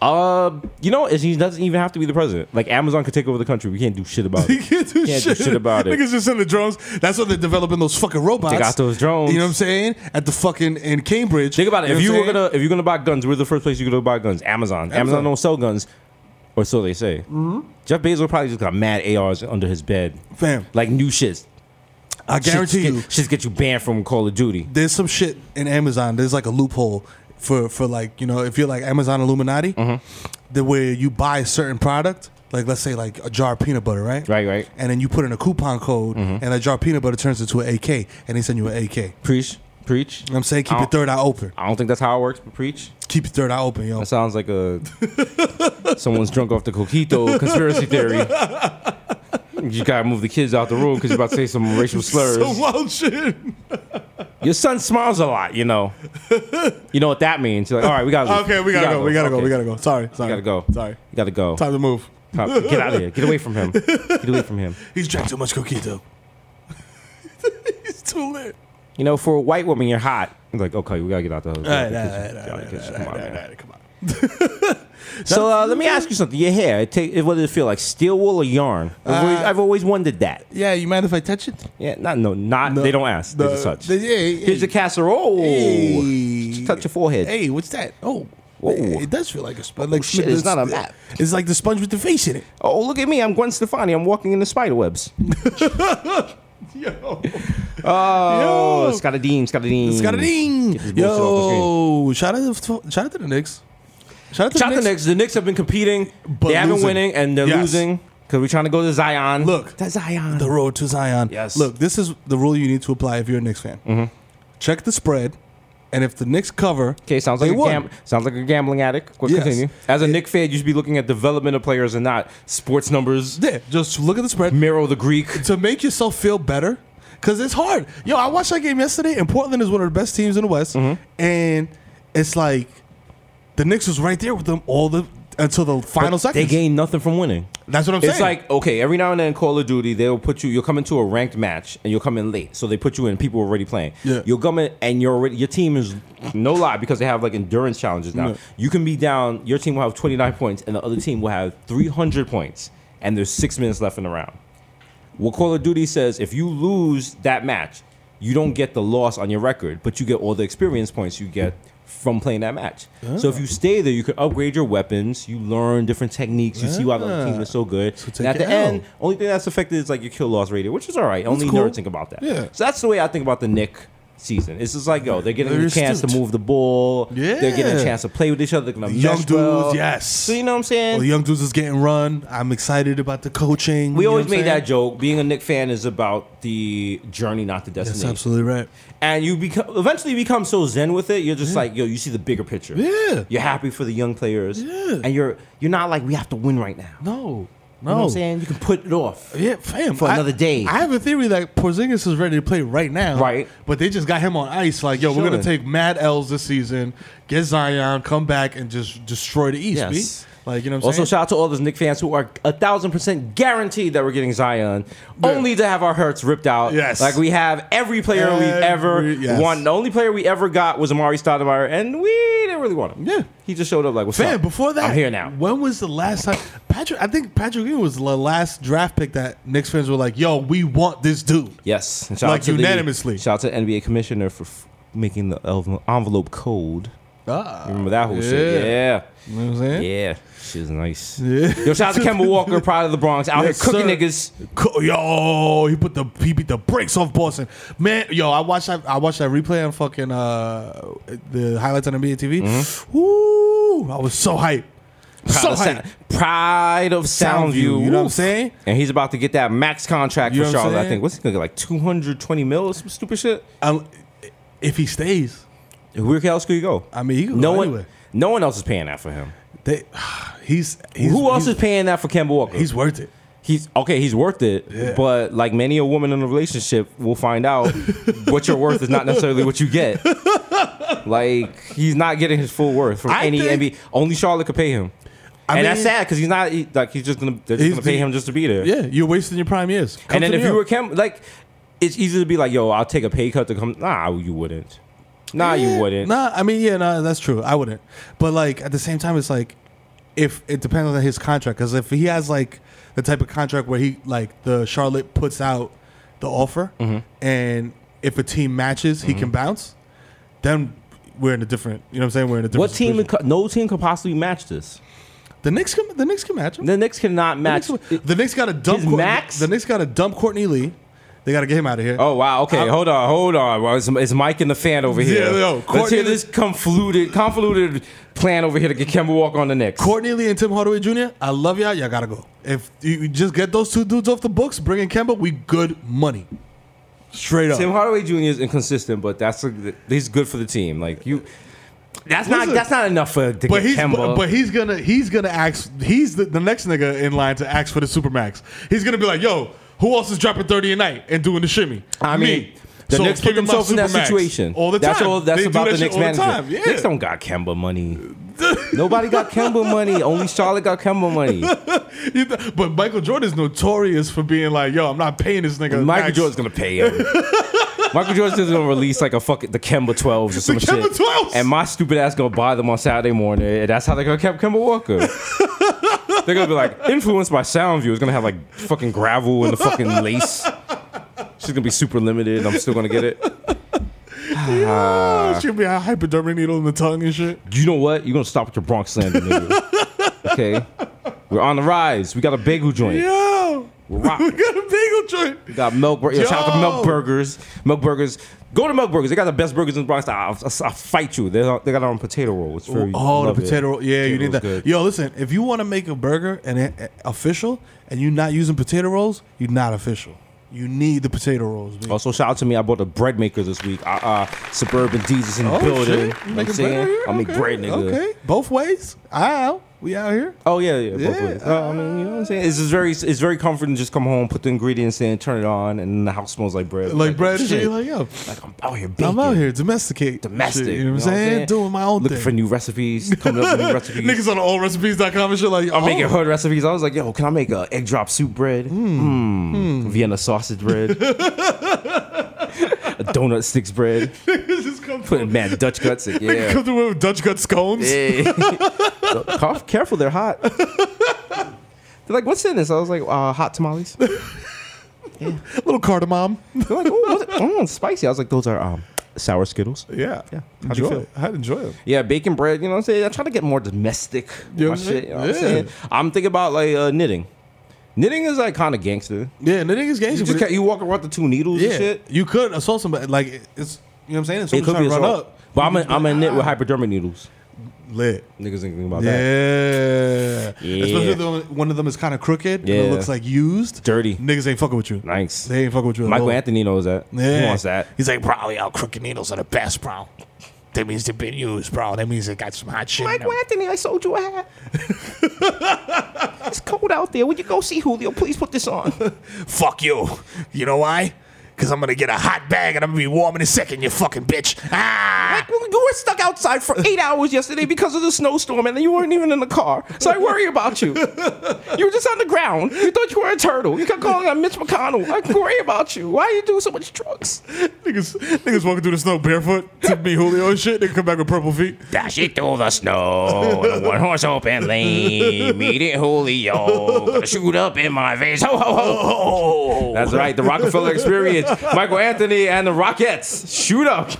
Uh, you know, it's- he doesn't even have to be the president. Like Amazon could take over the country. We can't do shit about
He
it.
can't do,
Can't do
shit.
shit about it.
Niggas just in the drones. That's why they're developing those fucking robots.
They got those drones.
You know what I'm saying? At the fucking in Cambridge.
Think about it.
know
If you
what I'm
were
saying?
gonna if you're gonna buy guns, we're the first place you gonna buy guns. Amazon. Mm-hmm. Amazon,
Amazon.
don't sell guns, or so they say. Jeff Bezos probably just got mad ARs under his bed.
Fam.
like new shits.
I guarantee
shits
you,
get, shits get you banned from Call of Duty.
there's some shit in Amazon. There's like a loophole for for like you know if you're like Amazon Illuminati,
Mm-hmm.
the way you buy a certain product, like let's say like a jar of peanut butter, right?
Right, Mm-hmm. right.
And then you put in a coupon code, and that jar of peanut butter turns into an AK, and they send you an AK. You know
Preach, preach.
what I'm saying keep
I
your
don't-
third eye open.
I don't think that's how it works, but preach.
Keep your third eye open, yo.
That sounds like a someone's drunk off the coquito conspiracy theory. You gotta move the kids out the room because you're about to say some racial slurs.
Some wild shit.
Your son smiles a lot, you know. You know what that means. You're like, all right, we gotta. leave.
Okay, we gotta, go. We gotta
Okay.
go. We gotta go. Sorry, sorry.
You gotta go.
Sorry.
You gotta go.
Time to move.
Pop, Get out of here. Get away from him. Get away from him.
He's drank too much coquito. He's too lit.
You know, for a white woman, you're hot. He's like, okay, we gotta get out the house.
All right, all right, all right,
Come on, man.
Come on.
So uh, let me ask you something. Your hair, it take, what does it feel like? Steel wool or yarn? I've, always, I've always wondered that.
Uh, Yeah, you mind if I touch it?
Yeah, not no, not they don't ask. they
No,
just touch.
they- yeah,
Here's
yeah.
a casserole.
Hey.
Just touch your forehead.
Hey, what's that? Oh,
Whoa.
it does feel like a sponge. Like
shit, it's not a map.
Oh, It's like the sponge with the face in it.
Oh, look at me! I'm Gwen Stefani. I'm walking in the spider webs.
Yo,
Oh, Scottadine, Scottadine,
it's got a ding.
this bullshit off
Yo, shout out, to, shout out to the Knicks. Shout out to
Shout
the
the
Knicks.
Knicks. The Knicks have been competing.
But
they haven't
losing.
winning, and they're
Yes.
losing because we're trying to go to Zion.
Look.
to Zion.
The road to Zion.
Yes. Mm-hmm.
Look, this is the rule you need to apply if you're a Knicks fan. Check the spread, and if the Knicks cover,
Okay, sounds like
they
a
won.
gam- sounds like a gambling addict. Well,
Yes.
Continue. As a Nick fan, you should be looking at development of players and not sports numbers.
Yeah, just look at the spread.
Miro the Greek.
to make yourself feel better because it's hard. Yo, I watched that game yesterday, and Portland is one of the best teams in the West,
Mm-hmm.
and it's like the Knicks was right there with them all the until the final
They
seconds.
gain nothing from winning.
That's what I'm
It's
saying.
like okay, every now and then in Call of Duty they'll put you. You'll come into a ranked match and you'll come in late, so they put you in. People already playing.
Yeah.
You'll come in and you're already your team is no lie because they have like endurance challenges now. You can be down. Your team will have 29 points and the other team will have 300 points, and there's six minutes left in the round. What Call of Duty says if you lose that match, you don't get the loss on your record, but you get all the experience points you get from playing that match. So if you stay there, you can upgrade your weapons, you learn different techniques, you see why the other team is so good. and at
take it
the end, only thing that's affected is like your kill loss ratio, which is all right. only
cool.
nerds think about that.
Yeah.
So that's the way I think about the Nick season. It's just like, yo, they're getting
Very
a chance
astute.
to move the ball. They're getting
Yeah.
a chance to play with each other. They're gonna
Young
mesh well.
dudes, yes. Oh,
So you know what I'm saying?
Well, young dudes is getting run. I'm excited about the coaching.
we
you know
always
what I'm
made
saying?
that joke. Being a Nick fan is about the journey, not the
That's
destination.
absolutely right.
and you become eventually you become so zen with it. You're just like, yo, you see the bigger picture.
Yeah.
you're happy for the young players.
Yeah.
and you're you're not like we have to win right now.
No, no.
You know what I'm saying? You can put it off.
Yeah, fam.
For
I-
another day.
I have a theory that Porzingis is ready to play right now.
Right.
But they just got him on ice. Like, yo, we're gonna
Chilling.
take mad L's this season. Get Zion, come back and just destroy the East.
Yes.
B. Like, you know what I'm
Also,
saying?
shout out to all those Nick fans who are a thousand percent guaranteed that we're getting Zion, only to have our hurts ripped out.
Yes.
like we have every player we've ever
Every- yes.
won. The only player we ever got was Amari Stoudemire, and we didn't really want him.
Yeah.
he just showed up like, "What's
Fam,
up?"
before that,
I'm here now.
When was the last time Patrick? I think Patrick Ewing was the last draft pick that Knicks fans were like, "Yo, we want this dude."
Yes, and
Like
to the-
unanimously.
shout out to NBA commissioner for f- making the el- envelope cold. You remember that whole shit? Yeah.
You know Ah, what I'm saying?
Yeah. She was nice. Yo, shout out to Kemba Walker, Pride of the Bronx, out
Yes,
here cooking
sir.
niggas.
Co- Yo, he put the he beat the brakes off Boston, man. Yo, I watched that I watched that replay on fucking uh the highlights on NBA TV. Woo! I was so hyped,
Pride,
so
Mm-hmm. of, Sa-
hyped.
Pride of Soundview.
Soundview, you know what I'm
Oof.
saying?
And he's about to get that max contract
You
for
know what I'm
Charlotte. I
saying?
think what's he gonna get like 220 mil or some stupid shit.
Um, if he stays,
Where else could he go?
I mean, he could
no
go
one,
anywhere.
no one else is paying that for him.
they he's, he's
Who else
he's,
is paying that for Kemba Walker?
He's worth it.
He's okay. He's worth it, but like many a woman in a relationship will find out, what you're worth is not necessarily what you get. Like he's not getting his full worth from
I
any
think-
NBA. Only Charlotte could pay him, and that's
mean-
sad because he's not he- like he's just gonna they're just
He's
gonna pay
the-
him just to be there.
Yeah, you're wasting your prime years. Come
and then
to
if
New
you were
York.
Kim, like it's easy to be like, yo, I'll take a pay cut to come. Nah, you wouldn't. Nah, you wouldn't.
Eh, Nah, I mean, yeah, nah, that's true. I wouldn't. But like at the same time, it's like if it depends on his contract. Because if he has like the type of contract where he like the Charlotte puts out the offer,
Mm-hmm.
and if a team matches, he can bounce. Then we're in a different. You know what I'm saying? We're in a different.
What team?
situation.
could- No team could possibly match this.
The Knicks can. The Knicks can match him.
The Knicks cannot
The
match.
Knicks, the Knicks got a dump.
His
Courtney-
max?
The Knicks got a dump Courtney Lee. They got to get him out of here.
Oh wow! Okay,
I'm-
hold on, hold on. Well, it's, it's Mike and the fan over here.
Yeah, yo,
Let's
Courtney-
hear this convoluted, convoluted plan over here to get Kemba Walker on the Knicks.
Courtney Lee and Tim Hardaway Jr. I love y'all. Y'all gotta go. If you you just get those two dudes off the books, bring in Kemba, we good money. Straight up.
Tim Hardaway Jr. is inconsistent, but that's a, he's good for the team. Like you, that's not
Listen,
that's not enough for to
but
get
he's
Kemba.
but, but he's gonna he's gonna ask he's the, the next nigga in line to ask for the supermax. He's gonna be like, yo, who else is dropping 30 a night and doing the shimmy?
I
Me.
mean, the
So
Knicks
give me
put
my
themselves in that
Supermax.
situation.
All the time.
That's all. That's
They do
about
that
the
shit
Knicks
all the
management.
time. Yeah.
Knicks don't got Kemba money. Nobody got Kemba money. Only Charlotte got Kemba money.
You th- but Michael Jordan's notorious for being like, yo, I'm not paying this nigga.
Michael
max.
Jordan's gonna pay him. Michael Jordan's just gonna release like a fucking the Kemba 12s or some
Kemba
shit.
12s!
And my stupid ass gonna buy them on Saturday morning. And that's how they're gonna keep Kemba Walker. they're gonna be like influenced by Soundview. It's gonna have like fucking gravel and the fucking lace. She's gonna be super limited. and I'm still gonna get it.
Oh, she'll be a hypodermic needle in the tongue and shit.
you know what? You're gonna stop with your Bronx slander, nigga. okay, we're on the rise. We got a bagel joint.
Yo,
We're rocking.
we got a bagel joint.
We got milk. Bur- yo, shout out to
Yo!
Milk Burgers. Milk Burgers. Go to Milk Burgers. They got the best burgers in the Bronx. I'll, I'll- I'll fight you. They they got it on potato roll. It's very
Oh,
love
the
it.
potato roll. Yeah, you need
Potato
that.
roll's good.
Yo, listen, if you want to make a burger and it, it- official and you're not using potato rolls, you're not official. You need the potato rolls. B.
Also, shout out to me. I bought a bread maker this week. Uh, uh, Suburban D's is in the
Oh,
building.
shit.
You
You
know what I'm
making
saying?
bread out here?
I make
Okay,
bread, nigga.
Okay, both ways. Ow, we out here.
Oh yeah, yeah. both
Yeah,
ways. Uh, I mean, you know what I'm saying. It's just very, it's very comforting. to Just come home, put the ingredients in, turn it on, and the house smells like bread.
Like bread and
shit.
shit. You're like, yo,
Like I'm out here baking.
I'm out here domesticate.
domestic.
Shit, you know what I'm saying? Doing my own
Looking for
thing.
new recipes, coming up with new recipes.
Niggas on allrecipes.com and shit like,
I'm
oh, Hmm.
making hood recipes. I was like, yo, can I make a egg drop soup bread? Mm. Vienna sausage bread. a donut sticks bread.
just come
Putting mad Dutch guts in.
Nigga
Yeah.
come through with Dutch gut scones.
Hey. So, cough, careful, they're hot. They're like, what's in this? I was like, uh, hot tamales. They're
Little cardamom.
like, oh, what's it? Mm, spicy. I was like, those are um, sour Skittles.
Yeah.
Yeah. How do you
Enjoy
feel?
it. I'd enjoy it.
Yeah, bacon bread. You know what I'm saying? I try to get more domestic.
You know
my
what I'm
shit. You know what I'm
saying?
saying?
Yeah.
I'm thinking about like uh, knitting. Knitting is like kind of gangster.
Yeah, and the niggas gangster. but
You just
it-
ca- you walk around with the two needles
Yeah,
and shit.
you could assault somebody. Like it- it's you know what I'm saying. If
It
someone's
could
trying
be
to run
assault.
up,
But I'm a, I'm a knit with hypodermic needles.
lit.
Niggas ain't thinking about that.
Yeah.
Yeah.
especially if the one- one of them is kind of crooked and
Yeah.
it looks like used.
Dirty.
niggas ain't fucking with you.
Nice.
They ain't fucking with you. at
Michael
all.
Anthony knows that.
Yeah.
He wants that.
He's like, probably all crooked needles are the best, bro. That means they've been used, bro. That means they got some hot shit. in them.
Anthony, I sold you a hat. it's cold out there. Would you go see Julio? Please put this on.
Fuck you. You know why? Because I'm going to get a hot bag and I'm going to be warm in a second, you fucking bitch. Ah!
you were stuck outside for eight hours yesterday because of the snowstorm, and you weren't even in the car. So I worry about you. You were just on the ground. You thought you were a turtle. You kept calling on Mitch McConnell. I worry about you. Why you do so much drugs?
Niggas, niggas walking through the snow barefoot to me Julio and shit. They come back with purple feet.
Dash it through the snow in a one horse open lane. Meet it, Julio. Gonna shoot up in my face. Ho, ho, ho, ho.
That's right. The Rockefeller Experience. Michael Anthony and the Rockettes. Shoot up.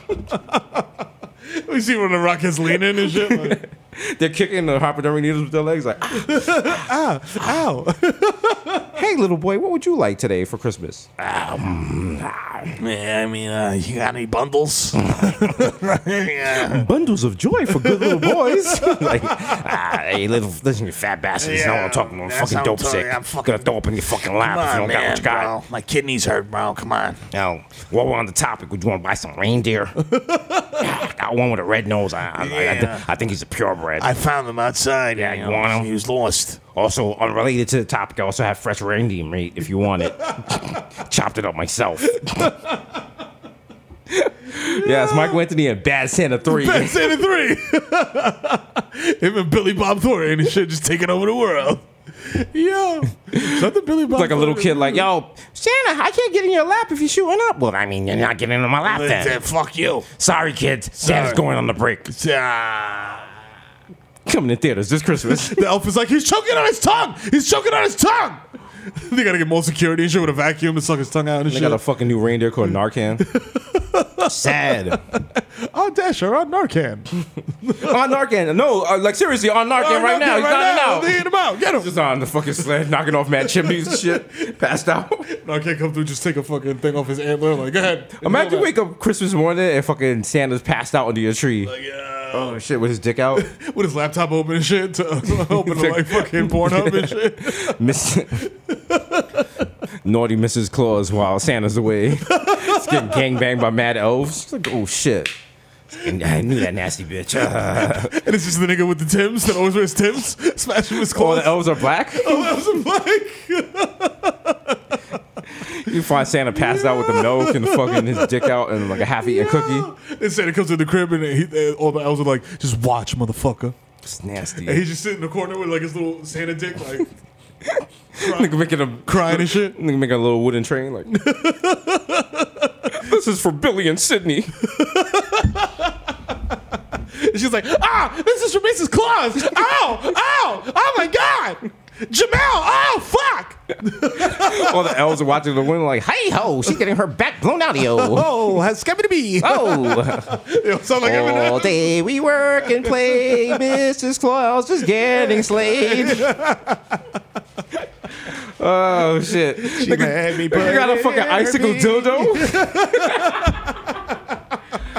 We see when the rock is leaning and shit. Like,
They're kicking the hypodermic needles with their legs, like, ah, ow. hey, little boy, what would you like today for Christmas?
Yeah, I mean, uh, you got any bundles? yeah.
Bundles of joy for good little boys. like, ah, hey, little, listen, you fat bastards.
Yeah,
Now I'm talking about
that's
fucking
how I'm
dope
talking.
sick.
I'm
I'm
fucking-
gonna throw up in your fucking lap
Come
if you
on,
don't got
man,
what you got.
bro. My kidneys hurt, bro. Come on.
Now, while we're on the topic, would you want to buy some reindeer? I got one with a red nose. I, I, I- I thi-
Yeah.
I think he's a purebred.
I found him outside.
Yeah,
you
you
know,
want 'em?
He was lost.
also, unrelated to the topic, I also have fresh reindeer meat if you want it. Chopped it up myself. yes, Michael Anthony and Bad Santa 3.
Bad Santa three. Him and Billy Bob Thornton and shit just taking over the world. Yo, shut the Billy Bob.
It's like a little
Thornton-
kid, like, yo, Santa, I can't get in your lap if you're shooting up. Well, I mean, you're not getting in my lap
Then
then.
fuck you.
Sorry, kids. Santa's going on the break.
Ah.
Coming to theaters this Christmas.
The elf is like, he's choking on his tongue. He's choking on his tongue. they gotta get more security and shit with a vacuum and suck his tongue out and
They
shit.
got a fucking new reindeer called Narcan. Sad.
oh, Dash, you're on Narcan.
on Narcan. No, uh, like seriously, on Narcan
On
right now.
Narcan
He's not
They
out.
hit him out. Get him.
Just on the fucking sled, knocking off mad chimneys and shit. Passed out.
Narcan come through, just take a fucking thing off his antler. Like, go ahead.
Imagine you wake up Christmas morning and fucking Santa's passed out under your tree. oh shit, with his dick out.
with his laptop open and shit to open to like fucking Pornhub and shit.
Miss Naughty Mrs. Claus while Santa's away. Just getting gangbanged by mad elves. It's like, oh shit. And I knew that nasty bitch.
And it's just the nigga with the Tims that always wears Tims, smashing his
all
clothes.
the elves are black.
Oh, that was a blank.
You find Santa passed out with the milk and fucking his dick out and like a half eaten cookie.
And Santa comes in the crib and he, and all the elves are like, just watch, motherfucker.
It's nasty.
And he's just sitting in the corner with like his little Santa dick, like
Nigga making a
crying and shit.
nigga making a little wooden train like This is for Billy and Sydney.
And she's like, ah, this is from Mrs. Claus. Ow, ow, oh my God. Jamel, oh fuck.
All the elves are watching the window like, hey ho, she's getting her back blown out of you.
Oh, has to be.
Oh,
Sound like Eminem.
all day we work and play. Mrs. Claus is getting slayed. Oh shit! She
made me
You got a fucking icicle dildo.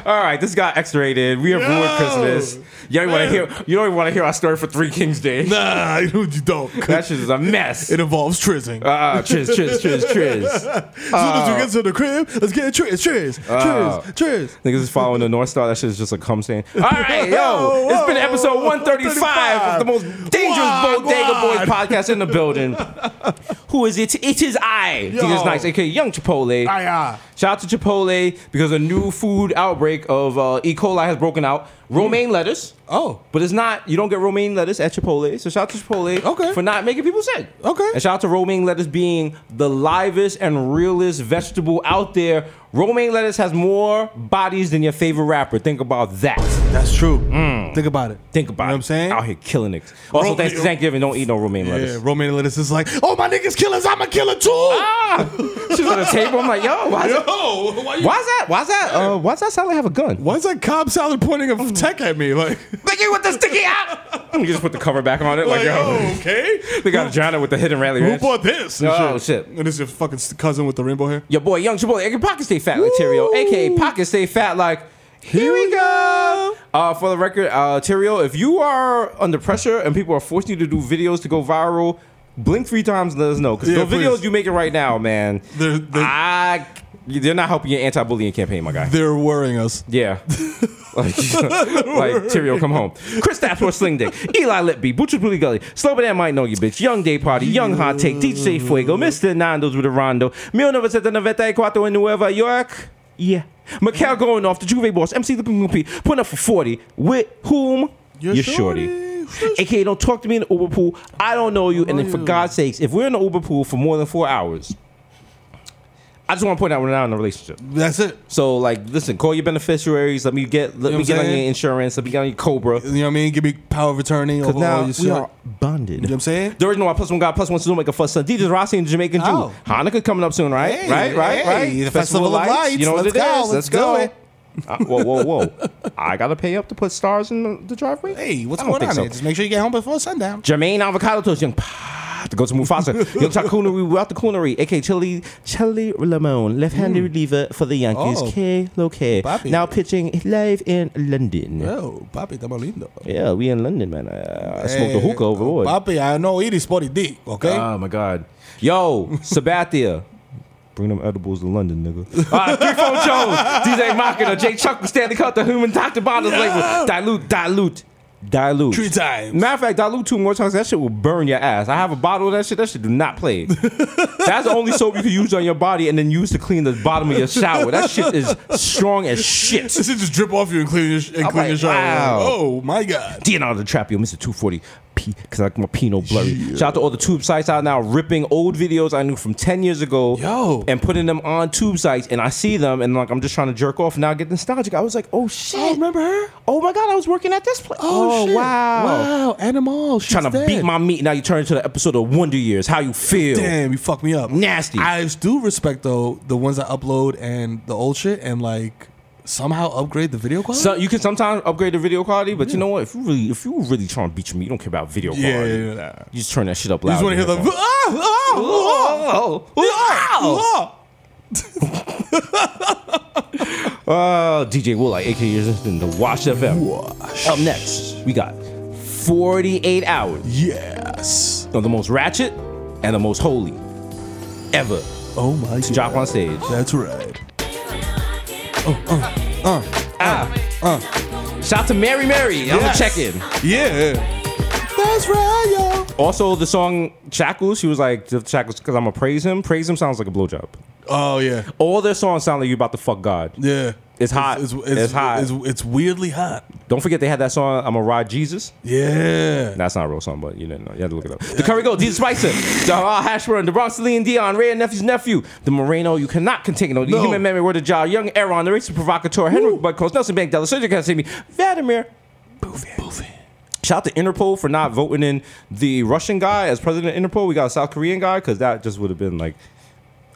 All right, this got X-rated. We have ruined Christmas. You don't want to hear. You don't want to hear our story for Three Kings Day.
Nah, you don't.
That shit is a mess.
It involves trizzing.
Ah, triz, triz, triz, triz.
As soon as we get to the crib, let's get a trizz, trizz,
Oh.
trizz, trizz.
Niggas is following the North Star. That shit is just a cum stain. All right, yo, it's been episode 135 of the most dangerous
Wah,
Bodega
wah.
Boys podcast in the building. Who is it? It is I, Jesus Nice, aka Young Chipotle.
Aye, aye.
Shout out to Chipotle because a new food outbreak of uh, E. coli has broken out. Romaine lettuce.
Oh.
But it's not, you don't get romaine lettuce at Chipotle. So shout out to Chipotle
Okay.
for not making people sick.
Okay.
And shout out to romaine lettuce being the livest and realest vegetable out there. Romaine lettuce has more bodies than your favorite rapper. Think about that.
That's true. Mm. Think about it.
Think about
You know
it.
what I'm saying?
Out here killing it. Also,
Ro-
thanks to Thanksgiving, don't eat no romaine
Yeah,
lettuce.
Romaine lettuce is like, oh my niggas killers, I'm a killer too.
Ah! She's on the table. I'm like, yo, why is,
Yo,
it,
why you?
why is that? Why is that? Uh, why does that sound like I have a gun?
Why is that Cobb salad pointing a tech at me? Like,
Nigga with the sticky out. You just put the cover back on it, like,
like
yo.
oh, okay.
They got Johnna with the hidden rally
Who
ranch.
bought this? And
Oh, shit.
And it's your fucking cousin with the rainbow hair.
Your boy Young Chipotle, aka Pocket Stay Fat like Terrio, aka Pocket Stay Fat like. Here we go. Uh, for the record, uh, Terrio, if you are under pressure and people are forcing you to do videos to go viral, blink three times and let us know. Because
Yeah,
the videos
please.
you making right now, man,
They're- they're-
I, they're not helping your anti-bullying campaign, my guy.
They're worrying us.
Yeah. like, like Tyrio, come home. Chris Stapps or Sling Dick. Eli Litby. Butcher Bully Gully. Slobo Dan might know you, bitch. Young Day Party. Young Hot Take. DJ Fuego. Mr. Nando's with a rondo. Mil 994 E in Nueva York. Yeah. Mikhail going off. The Juve Boss. MC the Boom P. Putting up for 40. With whom? Your, shorty. AKA, don't talk to me in the Uber pool. I don't know you. And then, for God's sakes, if we're in the Uber pool for more than four hours, I just want to point out we're not in a relationship.
That's it.
So like, listen, call your beneficiaries. Let me get
You know
let me
what
get
I'm
on your
saying?
insurance. Let me get on your Cobra.
You know what I mean? Give me power of attorney over
Because
all
now
your
we
shit.
are bonded.
You know what I'm saying?
There is no I plus one God plus one to make a fuss son. DJ's Rossi and Jamaican Jew.
Oh.
Hanukkah coming up soon, right?
Hey,
right, right,
hey,
right.
the Festival of Lights.
You know what
Let's
it
go, let's
is. Let's go.
go.
I- whoa, whoa, whoa! I gotta pay up to put stars in the- the driveway.
Hey, what's
I don't
going
think
on
so.
here? Just make sure you get home before sundown.
Jermaine Avocado Toast, Young Pa, to go to Mufasa, Young Takunari, without the Coonery, aka Chili, Chili Ramon, left handed reliever for the Yankees,
Mm. Oh.
K. Loke,
Papi.
now pitching live in London.
Oh, papi, estamos lindo.
Yeah, we in London, man. I, I smoked a
Hey,
hookah over Uh, there.
Papi, I know it is sporty dick, okay?
Oh my god.
Yo, Sabathia. Bring them edibles to London, nigga. All right, three phone Jones, DJ Machina, Jay Chuck, Stanley Cut, the human Dr. Bottles label. Dilute, dilute, dilute.
Three times.
Matter of fact, dilute two more times. That shit will burn your ass. I have a bottle of that shit. That shit do not play. That's the only soap you can use on your body and then use to clean the bottom of your shower. That shit is strong as shit.
This shit just drip off you and clean your, sh- and
I'm
clean
like,
your shower.
wow.
Oh my god.
Leonardo DiCaprio, Mr. 240, P, because I like my Pinot blurry. Shout out to all the tube sites out now ripping old videos I knew from 10 years ago
Yo.
and putting them on tube sites. And I see them and like I'm just trying to jerk off. Now I get nostalgic. I was like, oh shit.
Oh, remember her?
Oh my God, I was working at this place.
Oh,
Oh,
shit.
wow.
Wow, animal. She's
Trying to
dead.
beat my meat. Now you turn into the episode of Wonder Years. How you feel?
Damn, you fucked me up.
Nasty.
I do respect though the ones I upload and the old shit and like somehow upgrade the video quality.
So you can sometimes upgrade the video qualality, but you know what? If you really, if you really trying to beat your meat, you don't care about video
yeah,
quality.
yeah, yeah, nah.
You just turn that shit up
You
loud.
just want to hear
in your
the ah,
headphones.
ah, ah,
Oh, oh, oh.
ah.
Uh, DJ Woolite, aka you're listening to Wash FM. Up next, we got 48 hours
Yes.
of the most ratchet and the most holy ever
Oh my god.
to drop on stage.
That's right.
Ah. Uh. Shout out to Mary Mary on
Yes.
the check in.
Yeah. That's right, yo.
Also, the song Shackles, she was like, "The Shackles, because I'm going to praise him. Praise him sounds like a blowjob.
Oh yeah.
All their songs sound like you about to fuck God.
Yeah.
It's hot.
It's, it's,
It's hot.
It's, it's weirdly hot.
Don't forget they had that song, I'm going to ride Jesus.
Yeah.
That's not a real song, but you didn't know. You had to look it up. The Curry Goat, Jesus Spicer, Jamal Hashburn, the Bronx Lee and Dion, Ray and Nephew's nephew, the Moreno, you cannot contain no. The
No.
Human Memory, Word of Jaw, Young Aaron, the Racist Provocateur, Henrik Budkos, Nelson Bank, Della Surgeon, can see me, Vladimir. Shout out to Interpol for not voting in the Russian guy as president of Interpol. We got a South Korean guy because that just would have been like,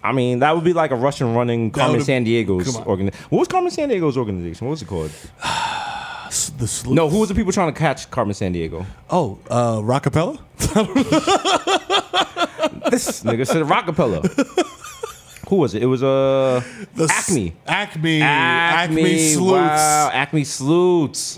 I mean, that would be like a Russian running Carmen
would've-
San Diego's
come on.
organization. What was Carmen San Diego's organization? What was it called?
The sl-
No, who was the people trying to catch Carmen San Diego?
Oh, uh, Rockapella?
This nigga said Rockefeller. Who was it? It was uh
The s-
Acme.
Acme. Acme. Sleuths.
Wow, Acme Sleuths.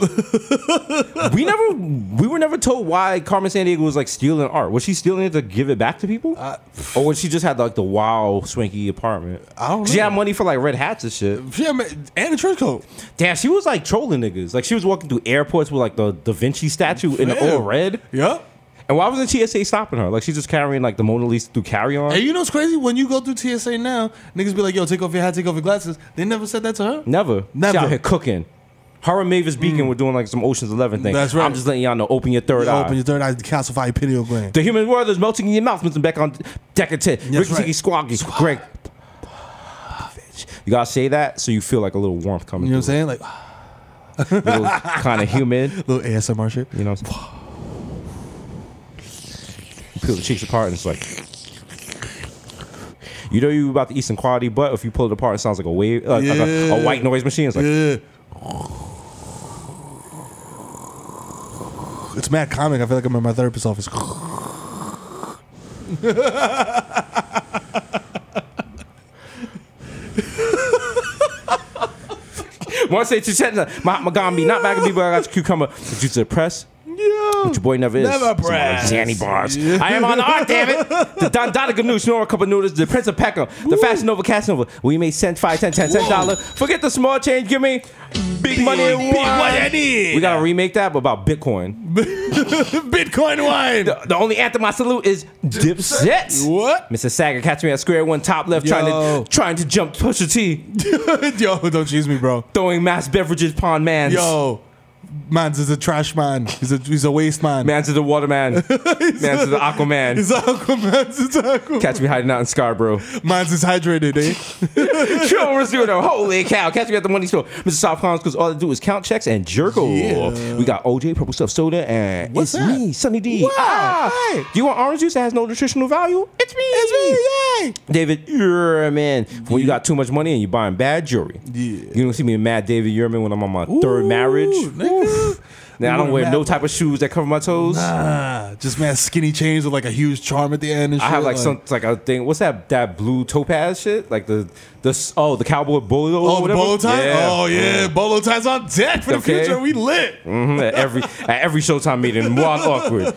we never, we were never told why Carmen San Diego was like stealing art. Was she stealing it to give it back to people,
Uh,
or was she just had like the wild swanky apartment?
I don't
She
know.
had money for like red hats and shit.
Yeah, man. And a trench coat.
Damn, she was like trolling niggas. Like she was walking through airports with like the Da Vinci statue in
Yeah.
all red.
Yep.
And why wasn't TSA stopping her? Like she's just carrying like the Mona Lisa through carry on.
And you know what's crazy? When you go through TSA now, niggas be like, yo, take off your hat, take off your glasses. They never said that to her.
Never.
Never. Mm.
She out here cooking. Her and Mavis Beacon were doing like some Ocean's Eleven thing.
That's right.
I'm just letting y'all know. Open your third eye.
Open your third eye to calcify your pineal gland.
the human world is melting in your mouth. Mr. Beck on decadent. Ricky
right.
Tiki Squawky. Greg. You gotta say that so you feel like a little warmth coming
You know what I'm
through.
saying? Like,
little kind of humid.
little ASMR shit.
You know what I'm saying? You peel the cheeks apart and it's like. You know you about to eat some quality butt. If you pull it apart, it sounds like a wave, like, like a, a
Yeah.
white noise machine. It's like,
Yeah. It's mad comic. I feel like I'm in my therapist's office.
Once they just said Mahatma Gandhi, not Maccabee, but I got your cucumber. Did you suppress? Yeah. Which your boy never is.
Never
Some
press.
Zanny bars. I am on the art, damn it. The Don Dada Gnu, Snora Cup of Noodles, the Prince of Peckham, the Fashion Nova Casanova. We made cent, five, ten, ten, ten dollar. Forget the small change, give me big money and
big money
wine.
and it.
We gotta remake that but about Bitcoin.
Bitcoin wine.
The, the only anthem I salute is Dipset.
What?
Mr. Sager catch me at square one, top left, trying
Yo.
to trying to jump Pusha T,
Yo, don't cheese me, bro.
throwing mass beverages upon man's.
Yo, Mans is a trash man. He's a he's a waste man.
Man to the Waterman. Man to the Aquaman.
He's Aquaman's is Aquaman.
Catch me hiding out in Scarborough.
Mans is hydrated, eh?
Joe Rizzuto, holy cow. Catch me at the money store. Mr. Soft Collins, because all I do is count checks and jerko. We got OJ, Purple Stuff Soda, and
What's
it's
that?
me, Sunny D.
Wow.
Ah,
Hey.
Do you want orange juice that has no nutritional value? It's me.
It's me, yay.
David Urman. When you got too much money and you're buying bad jewelry. Yeah. You don't see me in mad David Urman when I'm on my third marriage.
nigga.
Oof. Now I don't
were
wear
mad
no type of shoes that cover my toes.
Ah, just man, skinny chains with like a huge charm at the end. And
I
shit,
have like some like a thing. What's that? That blue topaz shit? Like the the oh the cowboy bolo. or
Oh, the
whatever?
bolo tie. Oh yeah, bolo ties on deck for
Okay.
the future. We lit.
Mhm, at every at every Showtime meeting, walk awkward.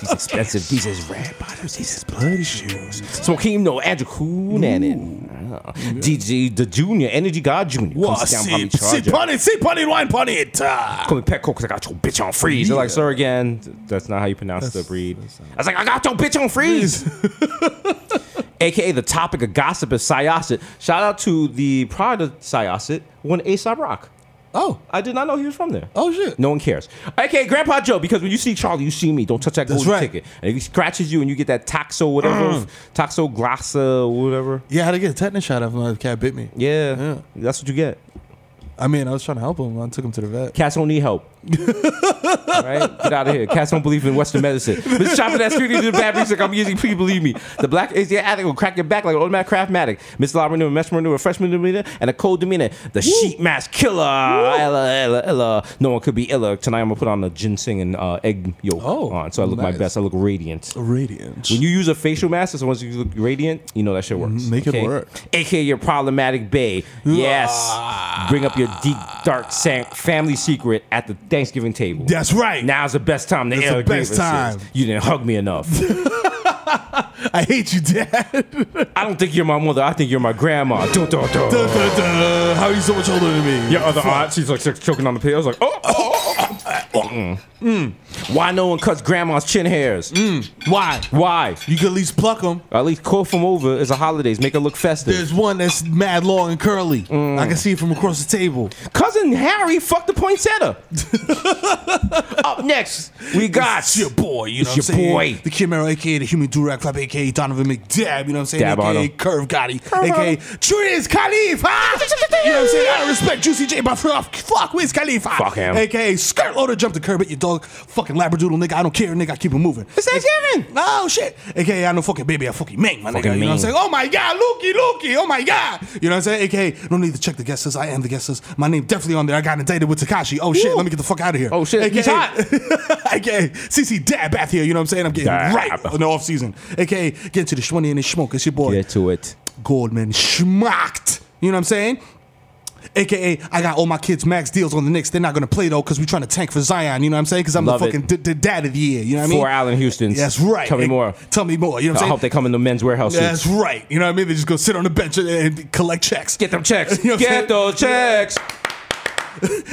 These expensive, these is red bottoms, these is bloody shoes. Smoking no Andrew
Mm-hmm.
Cunanan. Oh. DJ the Junior, Energy God Junior.
Wow,
Comes down,
see,
Bobby
see,
Charger.
punny, see, punny, wine, punny it. ah.
Call me Petco because I got your bitch on freeze. They're like, sir, again, that's not how you pronounce the breed. I was like, I got your bitch on freeze. AKA the topic of gossip is Syosset. Shout out to the pride of Syosset, one Aesop Rock.
Oh,
I did not know he was from there.
Oh, shit.
No one cares. Okay, Grandpa Joe, because when you see Charlie, you see me. Don't touch that golden
right.
ticket. And if he scratches you and you get that toxo, whatever, toxo glassa, whatever.
yeah, I had to get a tetanus shot after my cat bit me.
Yeah,
Yeah.
that's what you get.
I mean, I was trying to help him. I took him to the vet.
Cats don't need help. All right, get out of here. Cats don't believe in Western medicine. Mr. Chopper, that street is bad music. I'm using. Please believe me. The black Asiatic will crack your back like an automatic craftmatic. Mr. Lauber knew a mesmer knew a freshman demeanor and a cold demeanor. The sheet mask killer. Ella, ella, ella. No one could be illa. Tonight I'm gonna put on the ginseng and uh, egg yolk
Oh,
on, so I look my
nice.
best. I look radiant.
Radiant.
When you use a facial mask, so once you look radiant, you know that shit works.
Make it work.
AKA your problematic bae. Yes. Bring up your deep, dark sa- family secret at the Thanksgiving table.
That's right.
Now's the best time to
That's
air
the best
grievances.
time.
You didn't hug me enough.
I hate you, Dad.
I don't think you're my mother. I think you're my grandma. Dun, dun, dun.
Duh, duh, duh. uh, How are you so much older than me?
Your other aunt, she's like she's choking on the pills. Like, oh, oh, oh, oh, oh. Mm. Why no one cuts grandma's chin hairs?
Mm. Why?
Why?
You could at least pluck them.
At least cough them over as a holidays. Make it look festive.
There's one that's mad long and curly.
Mm.
I can see it from across the table.
Cousin Harry fucked the poinsettia. Up next, we got
It's your boy, you know
It's
what I'm
your
saying?
boy.
The Chimera, aka the Human Durag Club, aka Donovan McDab, you know what I'm saying?
Dab on
aka
him.
Curve Gotti,
Curve on
aka
him.
Triz Khalifa. you know what I'm saying? I respect Juicy J, but fuck, fuck Wiz Khalifa.
Fuck him.
Aka Skirt Loader, jump the curb at your dog. Fucking Labradoodle, nigga. I don't care, nigga. I keep it moving.
It's Thanksgiving.
Oh shit! AKA I know fucking baby, I fucking ming, my nigga.
Fucking
You know what I'm
Ming.
saying? Oh my god, Lukey, Lukey, oh my god. You know what I'm saying? AKA no need to check the guest list. I am the guest list. My name definitely on there. I got indicted with Takashi. Oh shit,
Woo.
let me get the fuck out of here.
Oh, shit, he's hot.
AKA CC Dab bath here. You know what I'm saying? I'm getting
Dab.
right in the off season. AKA get to the shmoney and the smoke. It's your boy
Get to it.
Goldman schmacked. You know what I'm saying? AKA, I got all my kids max deals on the Knicks. They're not gonna play though because we trying to tank for Zion. You know what I'm saying? Because I'm
Love
the
it.
fucking d- d- dad of the year. You know what I mean?
Four Allen Houston's.
That's right.
Tell me
Hey,
more.
Tell me more. You know what
I
I'm
hope
saying?
they come in the men's warehouse suits.
That's right. You know what I mean? They just go sit on the bench and, and collect checks.
Get them checks.
You know what I'm saying?
Get those checks.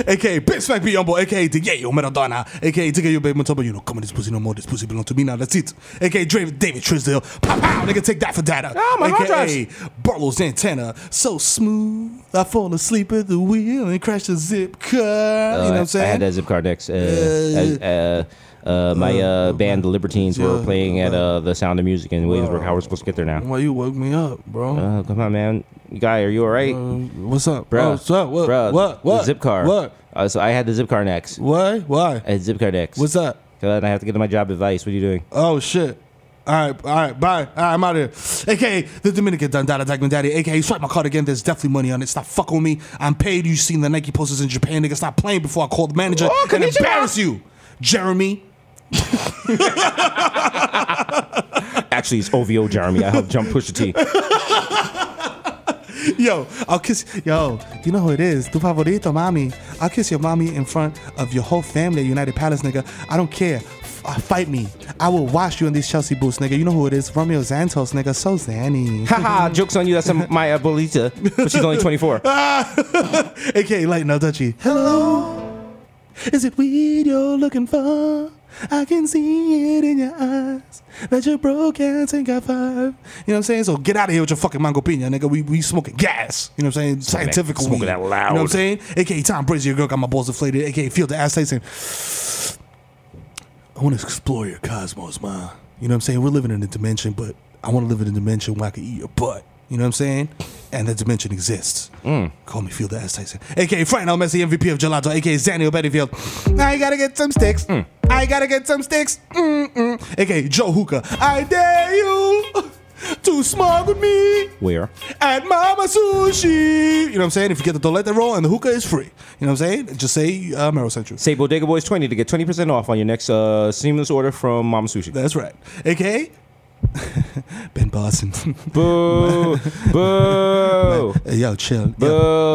AKA Bitch Smack Me Yumbo, AKA To Get Yo Madonna, AKA To Get Yo Baby Matoba, you know, come on this pussy no more, this pussy belong to me now, that's it. AKA Dra- David Trisdale, pow pow, nigga take that for data.
Ah, my hard
AKA Barlow's antenna, so smooth, I fall asleep at the wheel and crash the zip car. you know what I'm
Uh, I
saying?
had that zip card next. Uh, as- uh, uh, my uh, band, the Libertines, were playing at uh, the Sound of Music in
Oh.
Williamsburg. How we're supposed to get there now?
Why you woke me up, bro? Uh,
Uh, come on, man. Guy, are you all right?
What's up,
Bruh.
bro? oh, What's up? What?
Bruh,
what?
the
What?
zip card.
What?
Uh, so I had the zip card next.
Why? Why?
I had zip card next.
What's up?
And I have to get to my job advice. What are you doing?
Oh shit. All right, all right, bye. All right, I'm out of here. AKA the Dominican Dundada Dagman Daddy. AKA swipe my card again. There's definitely money on it. Stop fucking with me. I'm paid. You seen the Nike posters in Japan, nigga. Stop playing before I call the manager
Oh,
and
konnichiwa.
embarrass you, Jeremy.
Actually, it's OVO Jeremy. I helped jump Pusha T.
Yo, I'll kiss. Yo, you know who it is? Tu favorito, mommy. I'll kiss your mommy in front of your whole family at United Palace, nigga. I don't care. F- uh, fight me. I will wash you in these Chelsea boots, nigga. You know who it is? Romeo Santos, nigga. So zanny.
Haha, jokes on you. That's my abuelita, but she's only 24.
AKA Light No Dutchy. Hello. Is it weed you're looking for? I can see it in your eyes that you're broken, take a five. You know what I'm saying? So get out of here with your fucking mango pina, nigga. We, we smoking gas. You know what I'm saying? Scientific
smoking
weed.
that
You know what I'm
loud.
saying? AKA Tom Brady, your girl got my balls deflated. AKA feel the ass saying, I want to explore your cosmos, man. You know what I'm saying? We're living in a dimension, but I want to live in a dimension where I can eat your butt. You know what I'm saying? And that dimension exists. Call me Feel the Ass Tyson. AKA Frank El Messi, MVP of Gelato, AKA Zanio Bettyfield. I gotta get some sticks. I gotta get some sticks. Mm-mm. AKA Joe Hookah. I dare you to smoke with me
Where?
at Mama Sushi. You know what I'm saying? If you get the Doleta roll and the hookah is free. You know what I'm saying? Just say uh, Meryl sent you.
Say Bodega Boys 20 to get 20% off on your next uh, seamless order from Mama Sushi.
That's right. AKA Ben Boston.
Boo! Boo!
Hey, yo, chill. Yo,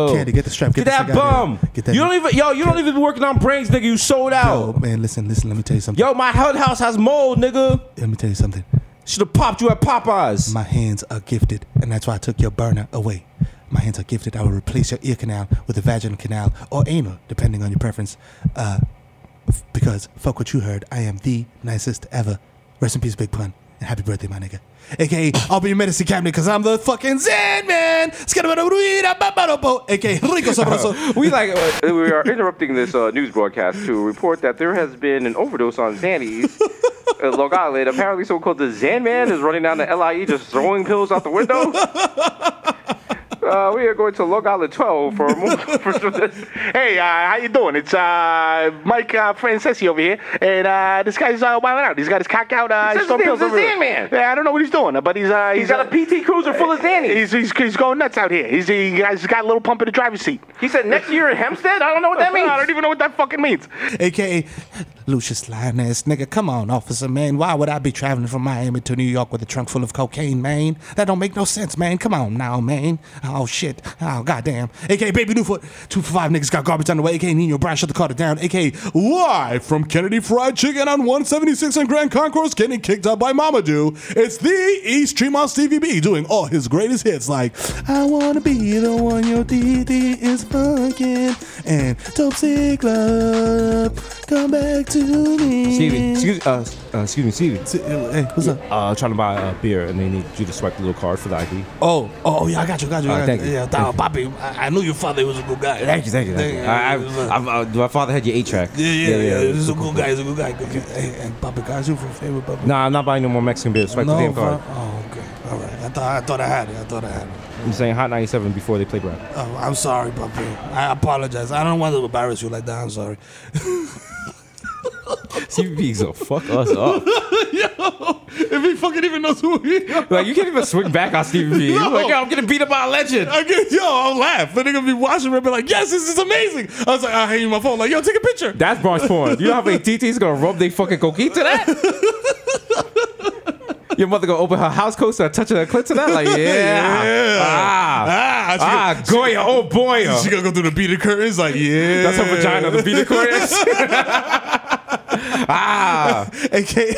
Boo.
Candy, get the strap.
Get,
the
that
fuck out of
bum.
here. Get that.
you don't even, yo, you don't even be working on brains, nigga. You sold
Yo,
out.
man, listen, listen. Let me tell you something.
Yo, my held house has mold, nigga.
Let me tell you something.
Should have popped you at Popeyes.
My hands are gifted, and that's why I took your burner away. My hands are gifted. I will replace your ear canal with a vaginal canal or anal, depending on your preference. Uh, f- because fuck what you heard, I am the nicest ever. Rest in peace, Big Pun, and happy birthday, my nigga. AKA, I'll be your medicine cabinet because I'm the fucking Zen man. AKA, Rico Sabroso.
We like uh, we are interrupting this uh, news broadcast to report that there has been an overdose on Xannies at Long Island. Apparently, so called the Xan Man is running down the LIE just throwing pills out the window. Uh, we are going to Long Island 12 for a mo- for some- Hey, uh, how you doing? It's uh, Mike uh, Francesi over here, and uh, this guy's uh, wilding out. He's got his cock out. Uh, he's throwing pills over here. Yeah, I don't know what he's doing, uh, but he's uh, he's, got a PT Cruiser full of Xannies. He's, he's, he's going nuts out here. He's, he, he's got a little pump in the driver's seat. He said next year in Hempstead. I don't know what that means. I don't even know what that fucking means.
AKA Lucius Lioness, nigga. Come on, officer, man. Why would I be traveling from Miami to New York with a trunk full of cocaine, man? That don't make no sense, man. Come on now, man. Oh shit. Oh goddamn. AKA Baby Newfoot. Two for five niggas got garbage on the way. AKA Nino Brown shut the car down. AKA live from Kennedy Fried Chicken on 176 and Grand Concourse, getting kicked up by Mama Dew. It's the East Tremont Stevie B doing all his greatest hits like I wanna be the one your DD is fucking and Topsy Club. Come back to me.
Stevie, excuse, uh, uh, excuse me, Stevie.
T- Hey, what's up?
Uh, trying to buy a beer, and they need you to swipe the little card for the ID.
Oh, oh yeah, I got you, got you.
All
I
right,
got
thank you.
Yeah, thou, Papi, I, I knew your father was a good guy.
Thank you, thank you, thank you. I, I've, I've, uh, my father had your eight track.
Yeah, yeah, yeah. He's a good guy. He's a good guy. Good guy. Hey, hey, Papi, can I ask you for a favor, Papi?
Nah, I'm not buying no more Mexican beer. Swipe the damn
bro.
card.
Oh, okay. All right. I thought I thought I had it. I thought I had it.
I'm saying hot 97 before they play Brad.
Oh, I'm sorry, Papi. I apologize. I don't want to embarrass you like that. I'm sorry.
CBP's gonna fuck us up.
If he fucking even knows who he is.
Like you can't even swing back on Stevie B. You're Like yo, I'm getting beat up by a legend.
I get, yo, I'll laugh. The nigga be watching me and be like, yes, this is amazing. I was like, I'll hand you my phone. Like, yo, take a picture.
That's Bronx porn. You know how many TT's gonna rub they fucking coquito to that? Your mother gonna open her house coat and touching her clit to that? Like yeah, ah,
Ah, she,
ah, Goya, oh boya.
she gonna go through the beaded curtains. Like, yeah.
That's her vagina, the beat chorus. ah,
AKA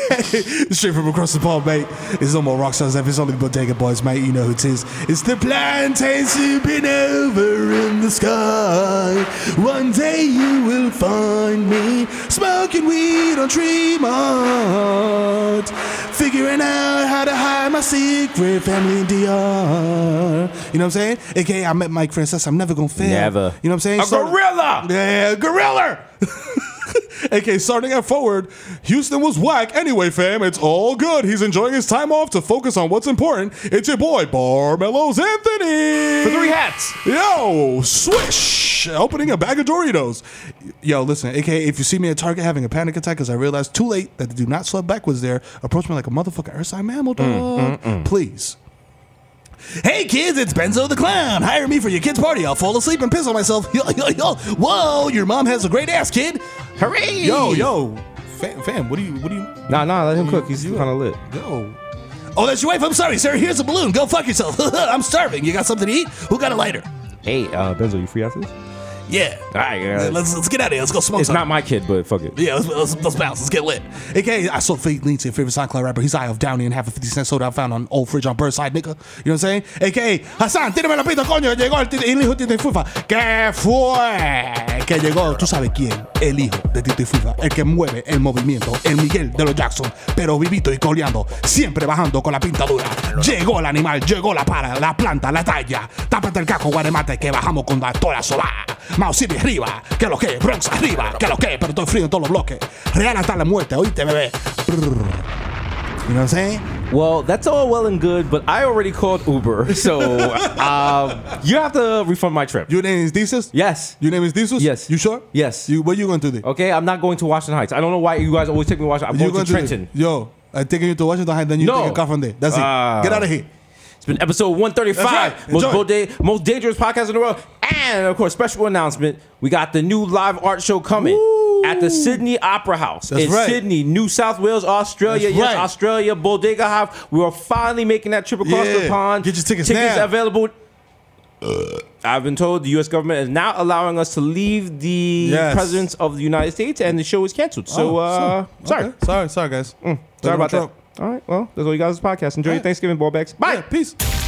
straight from across the pond, mate. It's no more rock stars left. It's only the Bodega Boys, mate. You know who it is. It's the plantain supernova in the sky. One day you will find me smoking weed on Tremont, figuring out how to hide my secret family in DR. You know what I'm saying? AKA I met Mike Francis. I'm never gonna fail.
Never.
You know what I'm saying?
a
So-
gorilla.
yeah, gorilla. Okay, starting at forward, Houston was whack anyway, fam. It's all good. He's enjoying his time off to focus on what's important. It's your boy, Barmelos Anthony.
Three hats.
Yo, swish! Opening a bag of Doritos. Yo, listen, aka if you see me at Target having a panic attack because I realized too late that the do not sweat back was there, approach me like a motherfucking Ursine mammal
Mm,
dog. Please. Hey kids, it's Benzo the Clown. Hire me for your kids' party. I'll fall asleep and piss on myself. Yo, yo, yo. Whoa, your mom has a great ass, kid.
Hooray!
Yo, yo. Fam, fam, what do you, what do you,
Nah, nah, let him cook. He's kind of lit.
Yo. Oh, that's your wife. I'm sorry, sir. Here's a balloon. Go fuck yourself. I'm starving. You got something to eat? Who got a lighter?
Hey, uh, Benzo, you free after this?
Yeah.
All right, yeah.
Yeah, let's, let's get out of here. Let's go smoke
It's
something.
not my kid, but fuck it.
Yeah, let's, let's, let's bounce. Let's get lit. AKA, I saw Fate Lean to your favorite SoundCloud rapper. He's eye of Downey and half a 50 cent soda I found on old fridge on Birdside, nigga. You know what I'm saying? AKA, Hassan, tírame la pita, coño. Llegó el, tit- el hijo de Tito y Fufa. ¿Qué fue? Que llegó, tú sabes quién. El hijo de Tito y Fufa. El que mueve el movimiento. El Miguel de los Jackson. Pero vivito y coleando. Siempre bajando con la pintadura. Llegó el animal, llegó la para, la planta, la talla. Tápate el caco, guaremate, que bajamos con la toda sola. Mao City arriba, que lo que, Bronx arriba, que lo que, pero estoy frío en todos los bloques. Real hasta la muerte, oíste, bebé. Brrr. You know what I'm saying?
Well, that's all well and good, but I already called Uber, so um, you have to refund my trip.
Your name is Jesus?
yes.
Your name is Jesus?
Yes.
You sure?
Yes.
You, what you going to do?
Okay, I'm not going to Washington Heights. I don't know why you guys always take me to Washington. I'm
You
going, to
do-
Trenton.
Yo, I'm taking you to Washington Heights, then you
No.
take a car from there. That's it.
Ah.
Get out of here.
It's been episode 135,
That's right.
most,
Enjoy.
most, da- most dangerous podcast in the world. And of course, special announcement we got the new live art show coming at the Sydney Opera House
That's
in
right.
Sydney, New South Wales, Australia.
That's
yes,
right.
Australia, Bodega Hive. We are finally making that trip across the
Yeah.
pond.
Get your tickets now.
available. Uh, I've been told the U.S. government is now allowing us to leave the
Yes.
presence of the United States, and the show is canceled. So,
Oh,
uh,
so-
sorry,
okay. Sorry, sorry, guys.
Mm. sorry about
Donald Trump.
that. All right, well, that's all you guys' podcast. Enjoy your Thanksgiving, ball bags. Bye.
Yeah, peace.